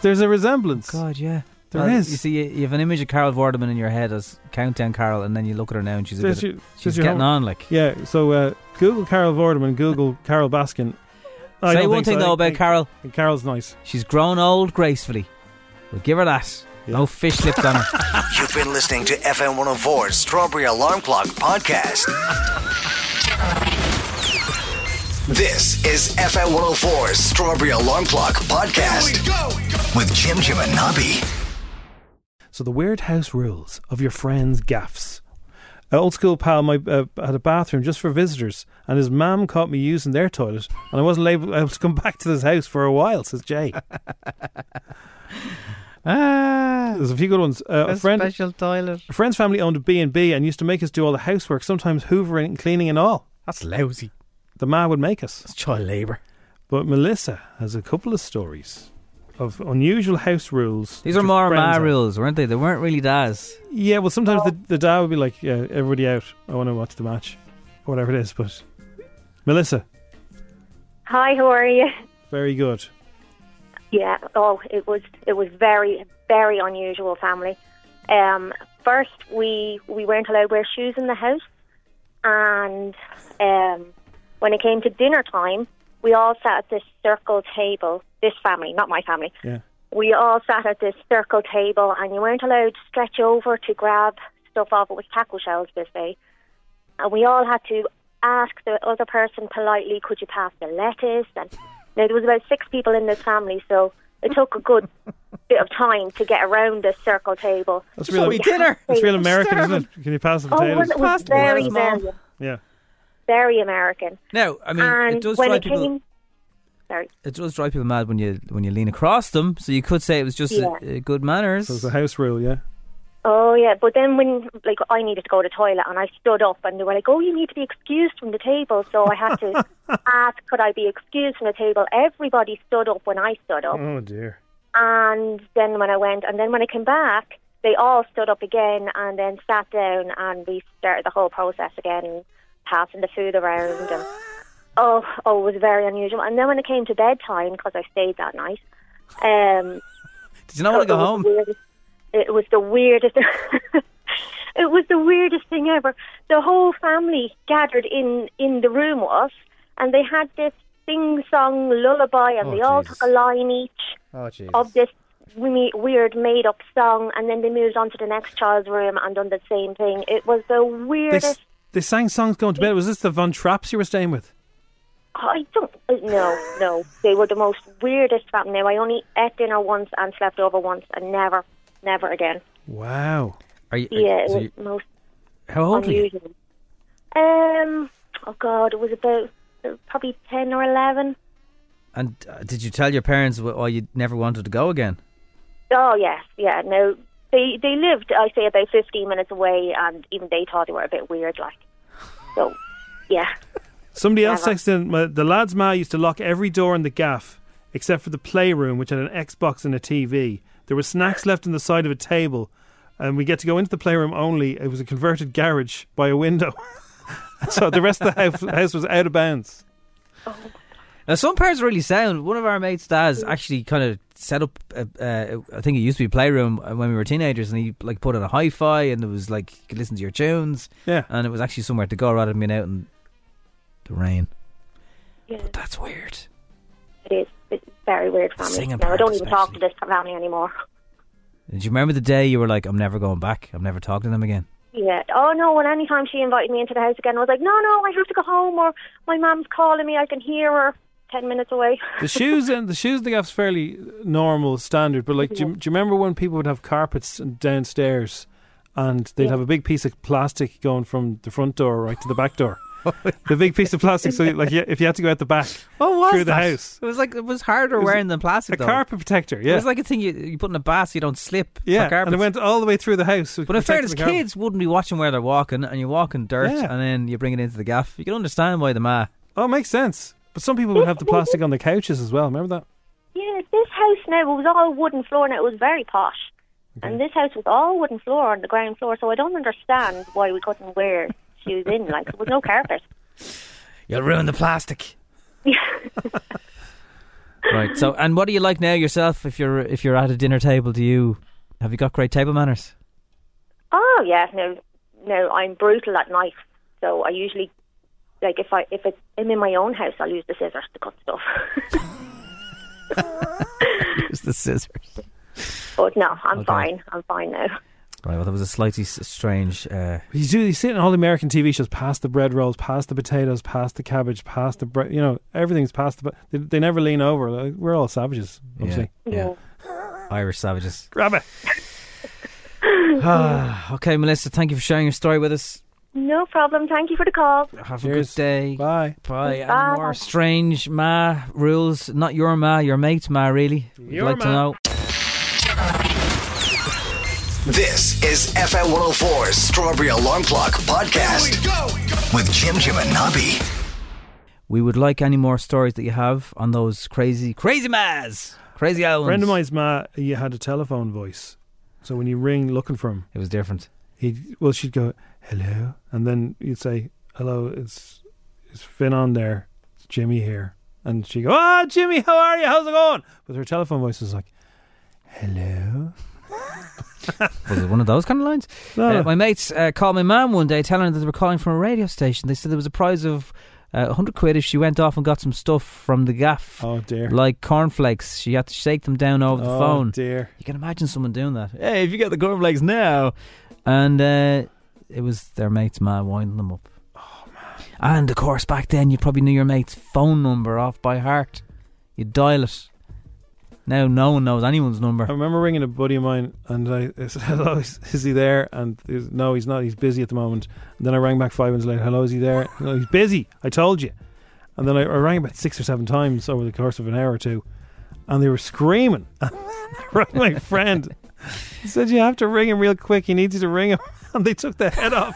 [SPEAKER 3] there's a resemblance.
[SPEAKER 4] Oh, God, yeah.
[SPEAKER 3] there is.
[SPEAKER 4] Well, You see, you- you have an image of Carol Vorderman in your head as Countdown Carol, and then you look at her now, and she's a
[SPEAKER 3] Says
[SPEAKER 4] bit,
[SPEAKER 3] you-
[SPEAKER 4] she's
[SPEAKER 3] says your
[SPEAKER 4] getting
[SPEAKER 3] home-
[SPEAKER 4] on. Like,
[SPEAKER 3] Yeah, so uh, Google Carol Vorderman, Google Carol Baskin.
[SPEAKER 4] say
[SPEAKER 3] don't think
[SPEAKER 4] one thing
[SPEAKER 3] so. I
[SPEAKER 4] though about
[SPEAKER 3] think-
[SPEAKER 4] Carol,
[SPEAKER 3] I think Carol's nice.
[SPEAKER 4] she's grown old gracefully. We'll give her that. No fish lips on her.
[SPEAKER 2] You've been listening to FM 104's Strawberry Alarm Clock podcast. This is FM 104's Strawberry Alarm Clock podcast with Jim Jim and Nobby.
[SPEAKER 3] So the weird house rules of your friend's gaffs. An old school pal my, uh, had a bathroom just for visitors, and his mum caught me using their toilet, and I wasn't able, able to come back to this house for a while. Says Jay.
[SPEAKER 4] Ah.
[SPEAKER 3] There's a few good ones. Uh, a friend,
[SPEAKER 4] toilet.
[SPEAKER 3] a friend's family owned a B and B and used to make us do all the housework, sometimes hoovering, cleaning, and all.
[SPEAKER 4] That's lousy.
[SPEAKER 3] The ma would make us. It's
[SPEAKER 4] child labour.
[SPEAKER 3] But Melissa has a couple of stories of unusual house rules.
[SPEAKER 4] These are
[SPEAKER 3] that
[SPEAKER 4] more
[SPEAKER 3] friends
[SPEAKER 4] ma
[SPEAKER 3] have.
[SPEAKER 4] rules, weren't they? They weren't really da's.
[SPEAKER 3] Yeah, well, sometimes the, the dad would be like, yeah, everybody out. I want to watch the match. Or whatever it is. But Melissa,
[SPEAKER 23] Hi, how are you?
[SPEAKER 3] very good.
[SPEAKER 23] Yeah. Oh, it was it was very very unusual family. Um, first, we we weren't allowed to wear shoes in the house, and um, when it came to dinner time, we all sat at this circle table. This family, not my family,
[SPEAKER 7] Yeah.
[SPEAKER 23] we all sat at this circle table, and you weren't allowed to stretch over to grab stuff off. It was taco shells this day, and we all had to ask the other person politely, "Could you pass the lettuce?" And now, there was about six people in this family, so it took a good bit of time to get around this circle table.
[SPEAKER 3] That's real That's real American, isn't it? Can you pass the
[SPEAKER 23] Oh, well,
[SPEAKER 3] potatoes?
[SPEAKER 23] it was very, very,
[SPEAKER 3] Yeah.
[SPEAKER 23] very American.
[SPEAKER 4] Now, I mean,
[SPEAKER 23] and
[SPEAKER 4] it does
[SPEAKER 23] when
[SPEAKER 4] drive
[SPEAKER 23] it
[SPEAKER 4] people.
[SPEAKER 23] came, sorry,
[SPEAKER 4] It does drive people mad when you when you lean across them. So you could say it was just uh
[SPEAKER 23] Yeah.
[SPEAKER 4] uh, good manners. So
[SPEAKER 3] it's a house rule, yeah.
[SPEAKER 23] oh yeah, but then when like I needed to go to the toilet and I stood up and they were like, "Oh, you need to be excused from the table," so I had to ask, "Could I be excused from the table?" Everybody stood up when I stood
[SPEAKER 4] Mm.
[SPEAKER 23] up.
[SPEAKER 3] Oh dear.
[SPEAKER 23] And then when I went, and then when I came back, they all stood up again and then sat down, and we started the whole process again, passing the food around. And oh, oh, it was very unusual. And then when it came to bedtime, because I stayed that night, um,
[SPEAKER 4] Did you not want to go
[SPEAKER 23] Oh, it was
[SPEAKER 4] home?
[SPEAKER 23] the weirdest- It was the weirdest. it was the weirdest thing ever. The whole family gathered in in the room with us, and they had this sing song lullaby, and
[SPEAKER 6] Oh,
[SPEAKER 23] they all
[SPEAKER 6] Jesus.
[SPEAKER 23] took a line each
[SPEAKER 6] Oh, jeez.
[SPEAKER 23] of this we- weird made up song, and then they moved on to the next child's room and done the same thing. It was the
[SPEAKER 3] They,
[SPEAKER 23] weirdest.
[SPEAKER 3] s- they sang songs going to bed. Was this the Von Trapps you were staying with?
[SPEAKER 23] I don't. uh, No, no. They were the most weirdest family. Now, I only ate dinner once and slept over once, and never, never again.
[SPEAKER 3] Wow.
[SPEAKER 4] Are you?
[SPEAKER 23] Yeah, it
[SPEAKER 4] so
[SPEAKER 23] was
[SPEAKER 4] you-
[SPEAKER 23] most
[SPEAKER 4] how old are you?
[SPEAKER 23] unusual. Um. Oh God, it was about uh, probably ten or eleven.
[SPEAKER 4] And uh, did you tell your parents wh- why you never wanted to go again?
[SPEAKER 23] Oh yes, yeah. No, they they lived, I say, about fifteen minutes away, and even they thought they were a bit weird, like. So, yeah.
[SPEAKER 3] Somebody else
[SPEAKER 23] Never.
[SPEAKER 3] texted in, "My- the lad's ma used to lock every door in the gaff except for the playroom, which had an Xbox and a TV. There were snacks left on the side of a table, and we get to go into the playroom only. It was a converted garage by a window. so the rest of the house, house was out of bounds.
[SPEAKER 4] Now, some parents are really sound. One of our mates, Daz,
[SPEAKER 3] Hmm.
[SPEAKER 4] actually kind of set up. A, uh, I think it used to be playroom uh, when we were teenagers, and he like put in a hi-fi, and it was like you could listen to your tunes.
[SPEAKER 3] Yeah,
[SPEAKER 4] and it was actually somewhere to go rather than being out in the rain.
[SPEAKER 23] yeah.
[SPEAKER 4] But that's weird.
[SPEAKER 23] It is. It's very weird family.
[SPEAKER 4] singing
[SPEAKER 23] No, I
[SPEAKER 4] part
[SPEAKER 23] don't even talk to this family anymore.
[SPEAKER 4] And do you remember the day you were like, "I'm never going back. I'm never talking to them again."
[SPEAKER 23] Yeah. Oh no. Well, anytime she invited me into the house again, I was like, no, no, I have to go home, or my mom's calling me. I can hear her ten minutes away.
[SPEAKER 3] The shoes and the shoes in the gaff's fairly normal standard, but like, do you, do you remember when people would have carpets downstairs, and they'd
[SPEAKER 23] Yeah.
[SPEAKER 3] have a big piece of plastic going from the front door right to the back door,
[SPEAKER 4] Oh,
[SPEAKER 3] the big piece of plastic. So like, you- if you had to go out the back,
[SPEAKER 4] What was
[SPEAKER 3] through the
[SPEAKER 4] that?
[SPEAKER 3] house.
[SPEAKER 4] It was like it was harder
[SPEAKER 3] It was
[SPEAKER 4] wearing than
[SPEAKER 3] a
[SPEAKER 4] plastic. though.
[SPEAKER 3] carpet protector, yeah.
[SPEAKER 4] it was like a thing you, you put in a bath so you don't slip. for
[SPEAKER 3] yeah, and
[SPEAKER 4] carpets.
[SPEAKER 3] it went all the way through the house.
[SPEAKER 4] But in fairness, kids wouldn't be watching where they're walking, and you're walking dirt,
[SPEAKER 3] Yeah.
[SPEAKER 4] and then you bring it into the gaff. You can understand why the ma.
[SPEAKER 3] Oh, it makes sense. But some people would have the plastic on the couches as well. Remember that?
[SPEAKER 23] Yeah, this house now it was all wooden floor and it was very posh. And this house was all wooden floor on the ground floor, so I don't understand why we couldn't wear shoes in. Like there was no carpet.
[SPEAKER 4] You'll ruin the plastic. right. So, and what do you like now yourself? If you're if you're at a dinner table, do you have you got great table manners?
[SPEAKER 23] Oh yeah, no, no, I'm brutal at knife, so I usually like if I if it's, I'm in my own house, I'll use the scissors to cut stuff.
[SPEAKER 4] It's the scissors.
[SPEAKER 23] but no, I'm
[SPEAKER 4] Okay.
[SPEAKER 23] fine. I'm fine now.
[SPEAKER 4] Right. Well, that was a slightly s- strange. Uh,
[SPEAKER 3] You do. You see it in all the American TV shows. Past the bread rolls, past the potatoes, past the cabbage, past the bread. You know, everything's past the. They, they never lean over. Like, we're all savages, obviously.
[SPEAKER 4] yeah. Irish savages.
[SPEAKER 3] Grab it.
[SPEAKER 4] Ah, okay, Melissa. Thank you for sharing your story with us.
[SPEAKER 23] No problem. Thank you for the call.
[SPEAKER 4] Have a good day.
[SPEAKER 3] Bye.
[SPEAKER 4] Bye. And
[SPEAKER 23] Bye.
[SPEAKER 4] more strange ma rules. Not your ma, your mate ma, really. We'd
[SPEAKER 2] Your
[SPEAKER 4] like to
[SPEAKER 2] ma.
[SPEAKER 4] know.
[SPEAKER 2] This is FM 104's Strawberry Alarm Clock Podcast with Jim Jim and Nobby.
[SPEAKER 4] We would like any more stories that you have on those crazy, crazy mas. Crazy Owens.
[SPEAKER 3] Friend of mine's ma, you had a telephone voice, so when you ring looking for him,
[SPEAKER 4] it was different.
[SPEAKER 3] He well, she'd go hello, and then you'd say hello. It's it's Finn on there, it's Jimmy here, and she would go ah Jimmy, how are you? How's it going? But her telephone voice was like hello.
[SPEAKER 4] Was it one of those kind of lines?
[SPEAKER 3] No.
[SPEAKER 4] Uh, my mates uh, called my mum one day telling her that they were calling from a radio station. They said there was a prize of uh, 100 quid if she went off and got some stuff from the gaff.
[SPEAKER 3] Oh, dear.
[SPEAKER 4] Like cornflakes. She had to shake them down over the
[SPEAKER 3] Oh,
[SPEAKER 4] phone.
[SPEAKER 3] dear.
[SPEAKER 4] You can imagine someone doing that. Hey, if you get the cornflakes now. And uh, it was their mate's ma winding them up. And of course, back then you probably knew your mate's phone number off by heart. You dial it. Now no one knows anyone's number.
[SPEAKER 3] I remember ringing a buddy of mine and I, I said, Hello, is, is he there? And he was, no, he's not. He's busy at the moment. And then I rang back five minutes later, Hello, is he there? No, he's busy. I told you. And then I, I rang about six or seven times over the course of an hour or two and they were screaming. I rang my friend. He said, You have to ring him real quick. He needs you to ring him. And they took the head off.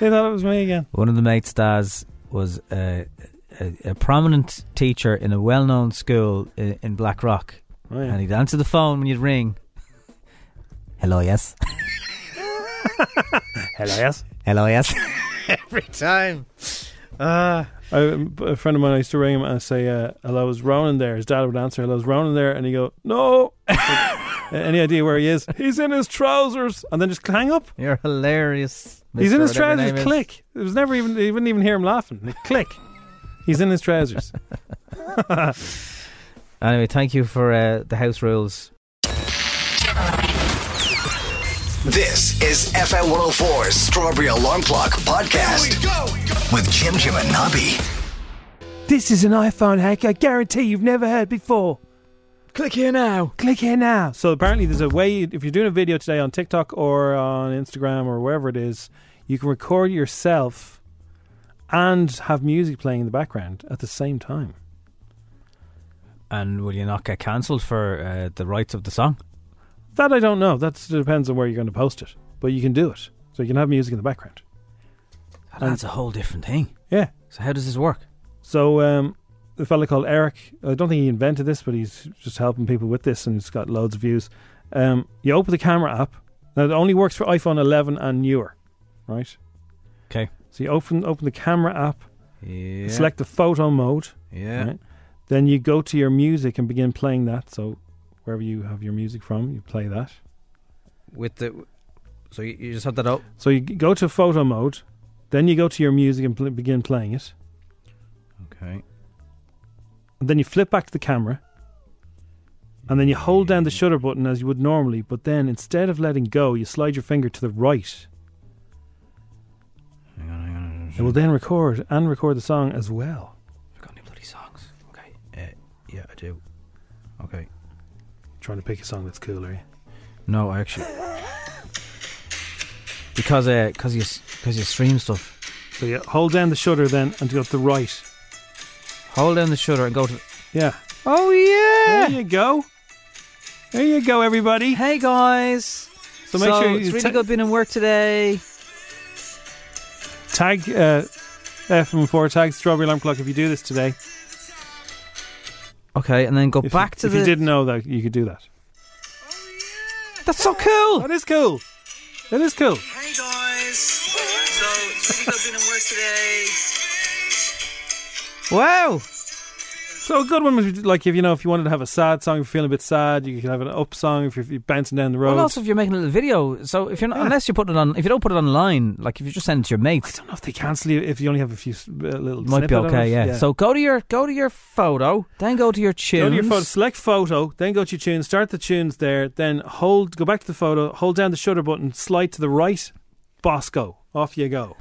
[SPEAKER 3] They thought it was me again.
[SPEAKER 4] One of the mate's dads was a, a, a prominent teacher in a well known school in, in Black Rock.
[SPEAKER 3] Oh, yeah.
[SPEAKER 4] And he'd answer the phone when you'd ring. Hello, yes.
[SPEAKER 3] Hello, yes.
[SPEAKER 4] Hello, yes.
[SPEAKER 3] Every time.
[SPEAKER 4] Ah.
[SPEAKER 3] Uh, I, a friend of mine, I used to ring him and I'd say, uh, hello, is Ronan there? His dad would answer, hello, is Ronan there? And he'd go, no. Any idea where he is? He's in his trousers. And then just clang up.
[SPEAKER 4] You're hilarious.
[SPEAKER 3] He's in
[SPEAKER 4] Mr.
[SPEAKER 3] his
[SPEAKER 4] whatever your
[SPEAKER 3] trousers.
[SPEAKER 4] name is.
[SPEAKER 3] Click. It was never even, you wouldn't even hear him laughing. Like, click. He's in his trousers.
[SPEAKER 4] Anyway, thank you for uh, the house rules.
[SPEAKER 2] This is FM 104's Strawberry Alarm Clock Podcast with Jim Jim and Nobby.
[SPEAKER 3] This is an iPhone hack I guarantee you've never heard before. Click here now. Click here now. So apparently there's a way if you're doing a video today on TikTok or on Instagram or wherever it is, you can record yourself and have music playing in the background at the same time.
[SPEAKER 4] And will you not get cancelled for uh, the rights of the song?
[SPEAKER 3] That I don't know. That depends on where you're going to post it. But you can do it. So you can have music in the background. And-
[SPEAKER 4] That's a whole different thing.
[SPEAKER 3] Yeah.
[SPEAKER 4] So how does this work?
[SPEAKER 3] So um, a fella called Eric, I don't think he invented this, but he's just helping people with this, and he's got loads of views. Um, you open the camera app. Now it only works for iPhone 11 and newer, right?
[SPEAKER 4] Okay.
[SPEAKER 3] So you open open the camera app.
[SPEAKER 4] Yeah.
[SPEAKER 3] Select the photo mode.
[SPEAKER 4] Yeah.
[SPEAKER 3] right? Then you go to your music and begin playing that. So wherever you have your music from, you play that.
[SPEAKER 4] With the so you, you just have that out.
[SPEAKER 3] So you g- go to photo mode, then you go to your music and pl- begin playing it.
[SPEAKER 4] Okay.
[SPEAKER 3] And then you flip back to the camera. And then you hold down the shutter button as you would normally, but then instead of letting go, you slide your finger to the right. It will then record and record the song as well.
[SPEAKER 4] Bloody songs. Okay. Uh, yeah, I do. Okay.
[SPEAKER 3] Trying to pick a song that's cool, are you?
[SPEAKER 4] No, I actually because because you because you stream stuff.
[SPEAKER 3] So you hold down the shutter then and go to the right.
[SPEAKER 4] Hold down the shutter and go to.
[SPEAKER 3] Yeah.
[SPEAKER 4] Oh yeah.
[SPEAKER 3] There you go. There you go, everybody.
[SPEAKER 4] Hey guys.
[SPEAKER 3] So make sure you
[SPEAKER 4] it's really
[SPEAKER 3] ta-
[SPEAKER 4] good being in work today.
[SPEAKER 3] Tag uh, FM4, tag Strawberry Alarm Clock if you do this today.
[SPEAKER 4] Okay, and then go
[SPEAKER 3] If
[SPEAKER 4] back
[SPEAKER 3] you,
[SPEAKER 4] to
[SPEAKER 3] if
[SPEAKER 4] the.
[SPEAKER 3] you didn't know that, you could do that.
[SPEAKER 4] That's so cool.
[SPEAKER 3] That is cool. That is cool.
[SPEAKER 4] Hey guys. So it's really good being in work today. Wow.
[SPEAKER 3] So a good one was like if you know if you wanted to have a sad song, if you're feeling a bit sad, you could have an up song if you're, if you're bouncing down the road.
[SPEAKER 4] Well, also if you're making a little video, so if you're not, unless you put it on, if you don't put it online, like if you just send it to your mates, I don't know
[SPEAKER 3] if they cancel you if you only have a few s- uh, little.
[SPEAKER 4] It might be
[SPEAKER 3] snippet of it.
[SPEAKER 4] okay, yeah. So go to your go to your photo, then go to your tunes.
[SPEAKER 3] Go to your photo, select photo, then go to your tune, start the tunes there, then hold, go back to the photo, hold down the shutter button, slide to the right, Bosco, off you go.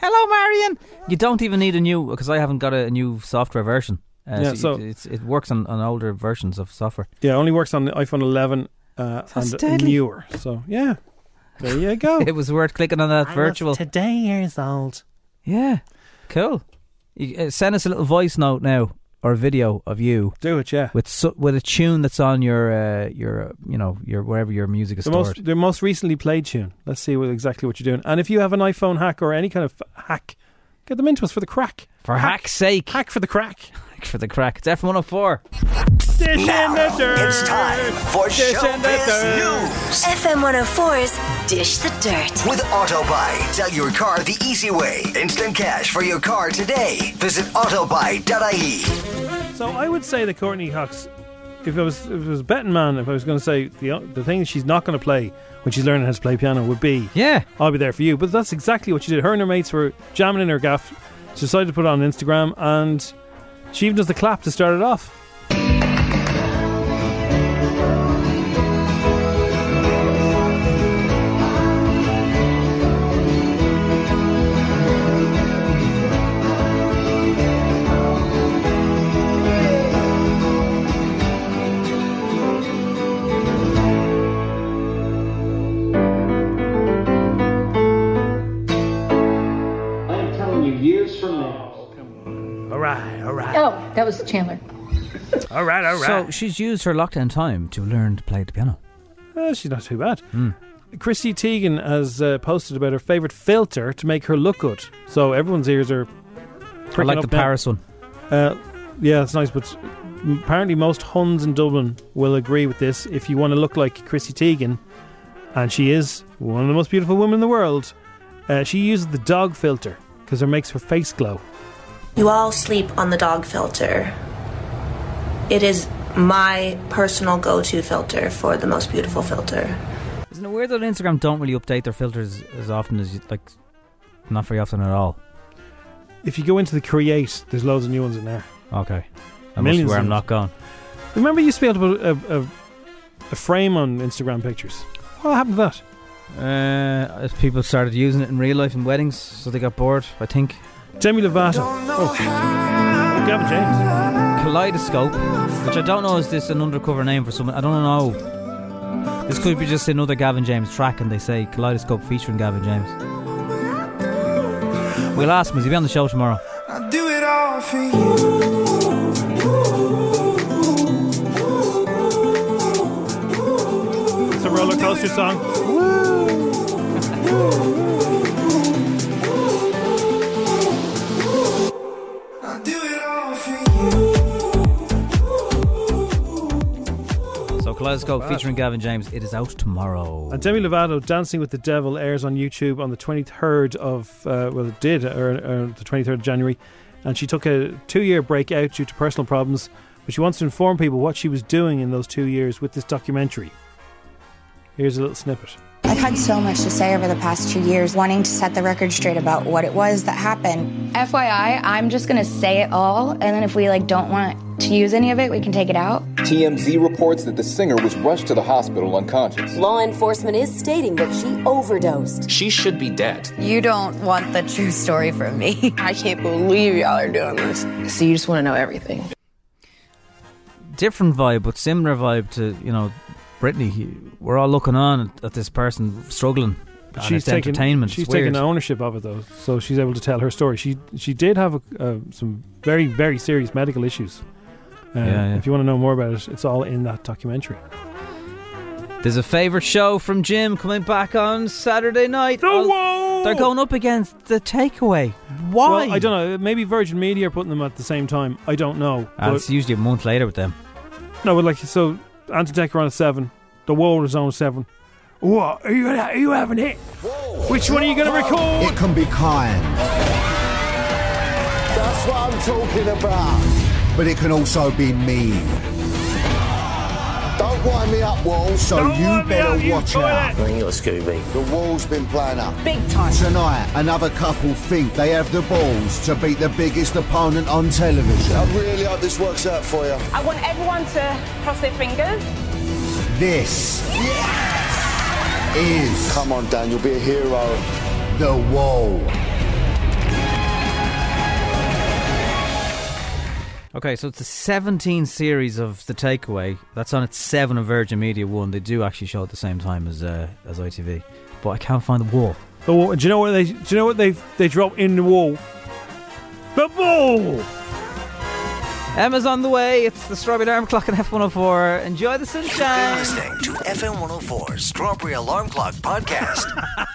[SPEAKER 4] Hello, Marion. You don't even need a new because I haven't got a, a new software version. Uh,
[SPEAKER 3] Yeah,
[SPEAKER 4] so,
[SPEAKER 3] so-
[SPEAKER 4] it, it's, it works on, on older versions of software.
[SPEAKER 3] Yeah, only works on the iPhone 11 uh,
[SPEAKER 4] That's
[SPEAKER 3] and
[SPEAKER 4] deadly.
[SPEAKER 3] newer. So yeah, there you go.
[SPEAKER 4] it was worth clicking on that
[SPEAKER 3] I was
[SPEAKER 4] virtual.
[SPEAKER 3] today years old.
[SPEAKER 4] Yeah, cool. You, uh, send us a little voice note now or a video of you.
[SPEAKER 3] Do it, yeah.
[SPEAKER 4] With su- with a tune that's on your uh, your uh, you know your wherever your music is
[SPEAKER 3] The
[SPEAKER 4] stored.
[SPEAKER 3] most, the most recently played tune. Let's see what, exactly what you're doing. And if you have an iPhone hack or any kind of hack, get them into us for the crack.
[SPEAKER 4] For hack's sake.
[SPEAKER 3] Hack for the crack.
[SPEAKER 4] Hack for the crack. It's F104.
[SPEAKER 3] Dish in the dirt.
[SPEAKER 15] it's time
[SPEAKER 2] for
[SPEAKER 15] Showbiz News. FM 104's Dish the Dirt.
[SPEAKER 2] With AutoBuy, sell your car the easy way. Instant cash for your car today. Visit autobuy.ie.
[SPEAKER 3] So I would say that Courtney Cox if I was if I was a betting man, if I was going to say the the thing she's not going to play when she's learning how to play piano would be yeah, I'll be there for you. But that's exactly what she did. Her and her mates were jamming in her gaff. She decided to put it on Instagram, and she even does the clap to start it off.
[SPEAKER 6] I'm telling you, years from now.
[SPEAKER 12] All right, all right.
[SPEAKER 6] Oh, that was Chandler.
[SPEAKER 12] All right,
[SPEAKER 3] Oh,
[SPEAKER 12] all right.
[SPEAKER 4] So she's used her lockdown time to learn to play the piano.
[SPEAKER 3] Uh, she's not too bad.
[SPEAKER 4] Hmm.
[SPEAKER 3] Chrissy Teigen has uh, posted about her favourite filter to make her look good. So everyone's ears are. pricking
[SPEAKER 4] like
[SPEAKER 3] up
[SPEAKER 4] the
[SPEAKER 3] now.
[SPEAKER 4] Paris one.
[SPEAKER 3] Uh, yeah, that's nice, but apparently most Huns in Dublin will agree with this. If you want to look like Chrissy Teigen, and she is one of the most beautiful women in the world, uh, she uses the dog filter because it makes her face glow.
[SPEAKER 8] You all sleep on the dog filter. It is my personal go to filter for the most beautiful filter.
[SPEAKER 4] Isn't it weird that Instagram don't really update their filters as often as you like? Not very often at all.
[SPEAKER 3] If you go into the create, there's loads of new ones in there.
[SPEAKER 4] Okay, that must be
[SPEAKER 3] Millions
[SPEAKER 4] where
[SPEAKER 3] of
[SPEAKER 4] I'm
[SPEAKER 3] them.
[SPEAKER 4] not going.
[SPEAKER 3] Remember, you used to be able to put a, a, a frame on Instagram pictures. What happened to that?
[SPEAKER 4] Uh, as people started using it in real life in weddings, so they got bored. I think.
[SPEAKER 3] Demi Lovato. Oh. Gavin James.
[SPEAKER 4] Kaleidoscope, which I don't know is this an undercover name for someone. I don't know. This could be just another Gavin James track, and they say Kaleidoscope featuring Gavin James. We'll ask him. He'll be on the show tomorrow.
[SPEAKER 9] I do it all for you.
[SPEAKER 3] It's a roller coaster song.
[SPEAKER 9] I do it all for you.
[SPEAKER 4] So Kaleidoscope
[SPEAKER 3] Not bad.
[SPEAKER 4] featuring Gavin James. It is out tomorrow.
[SPEAKER 3] And Demi Lovato, Dancing with the Devil, airs on YouTube on the 23rd of, uh, well, it did, or, or the 23rd of January. And she took a two year break out due to personal problems, but she wants to inform people what she was doing in those two years with this documentary. Here's a little snippet.
[SPEAKER 11] I've had so much to say over the past two years, wanting to set the record straight about what it was that happened.
[SPEAKER 24] FYI, I'm just gonna say it all, and then if we like don't want to use any of it, we can take it out.
[SPEAKER 25] TMZ reports that the singer was rushed to the hospital unconscious.
[SPEAKER 26] Law enforcement is stating that she overdosed.
[SPEAKER 25] She should be dead.
[SPEAKER 26] You don't want the true story from me. I can't believe y'all are doing this.
[SPEAKER 27] So you just want to know everything.
[SPEAKER 4] Different vibe, but similar vibe to you know Britney. We're all looking on at, at this person struggling.
[SPEAKER 3] But
[SPEAKER 4] and
[SPEAKER 3] she's
[SPEAKER 4] it's
[SPEAKER 3] taken,
[SPEAKER 4] entertainment.
[SPEAKER 3] She's
[SPEAKER 4] it's weird.
[SPEAKER 3] taken ownership of it though, so she's able to tell her story. She she did have a, uh, some very very serious medical issues. Uh,
[SPEAKER 4] Yeah, yeah.
[SPEAKER 3] If you want to know more about it, it's all in that documentary.
[SPEAKER 4] There's a favourite show from Jim coming back on Saturday night. Oh, They're going up against The Takeaway. Why?
[SPEAKER 3] Well, I don't know. Maybe Virgin Media are putting them at the same time. I don't know.
[SPEAKER 4] and
[SPEAKER 3] But-
[SPEAKER 4] it's usually a month later with them.
[SPEAKER 3] No, but like so, Antidecker on a seven, The Wall is on a seven. What are you? Are you having it? Which one are you going to record?
[SPEAKER 10] It can be kind. That's what I'm talking about. But it can also be mean.
[SPEAKER 28] Don't wind me up, Walls.
[SPEAKER 10] So you better watch out.
[SPEAKER 28] Bring your Scooby.
[SPEAKER 10] The wall's been playing up. Big time. Tonight, another couple think they have the balls to beat the biggest opponent on
[SPEAKER 28] I
[SPEAKER 10] television.
[SPEAKER 28] really hope this works out for you.
[SPEAKER 29] I want everyone to cross their fingers.
[SPEAKER 10] This is.
[SPEAKER 28] Come on, Dan, you'll be a hero.
[SPEAKER 10] The Wall.
[SPEAKER 4] Okay, so it's a 17 series of The Takeaway. That's on at 7 on Virgin Media 1. They do actually show at the same time as uh, as ITV. But I can't find The Wall.
[SPEAKER 3] The wall. Do you know what they? Do you know what they? They drop in the wall. The ball.
[SPEAKER 4] Emma's on the way. It's the Strawberry Alarm Clock on F104. Enjoy the sunshine.
[SPEAKER 2] oh Listening to FM 104's Strawberry Alarm Clock Podcast.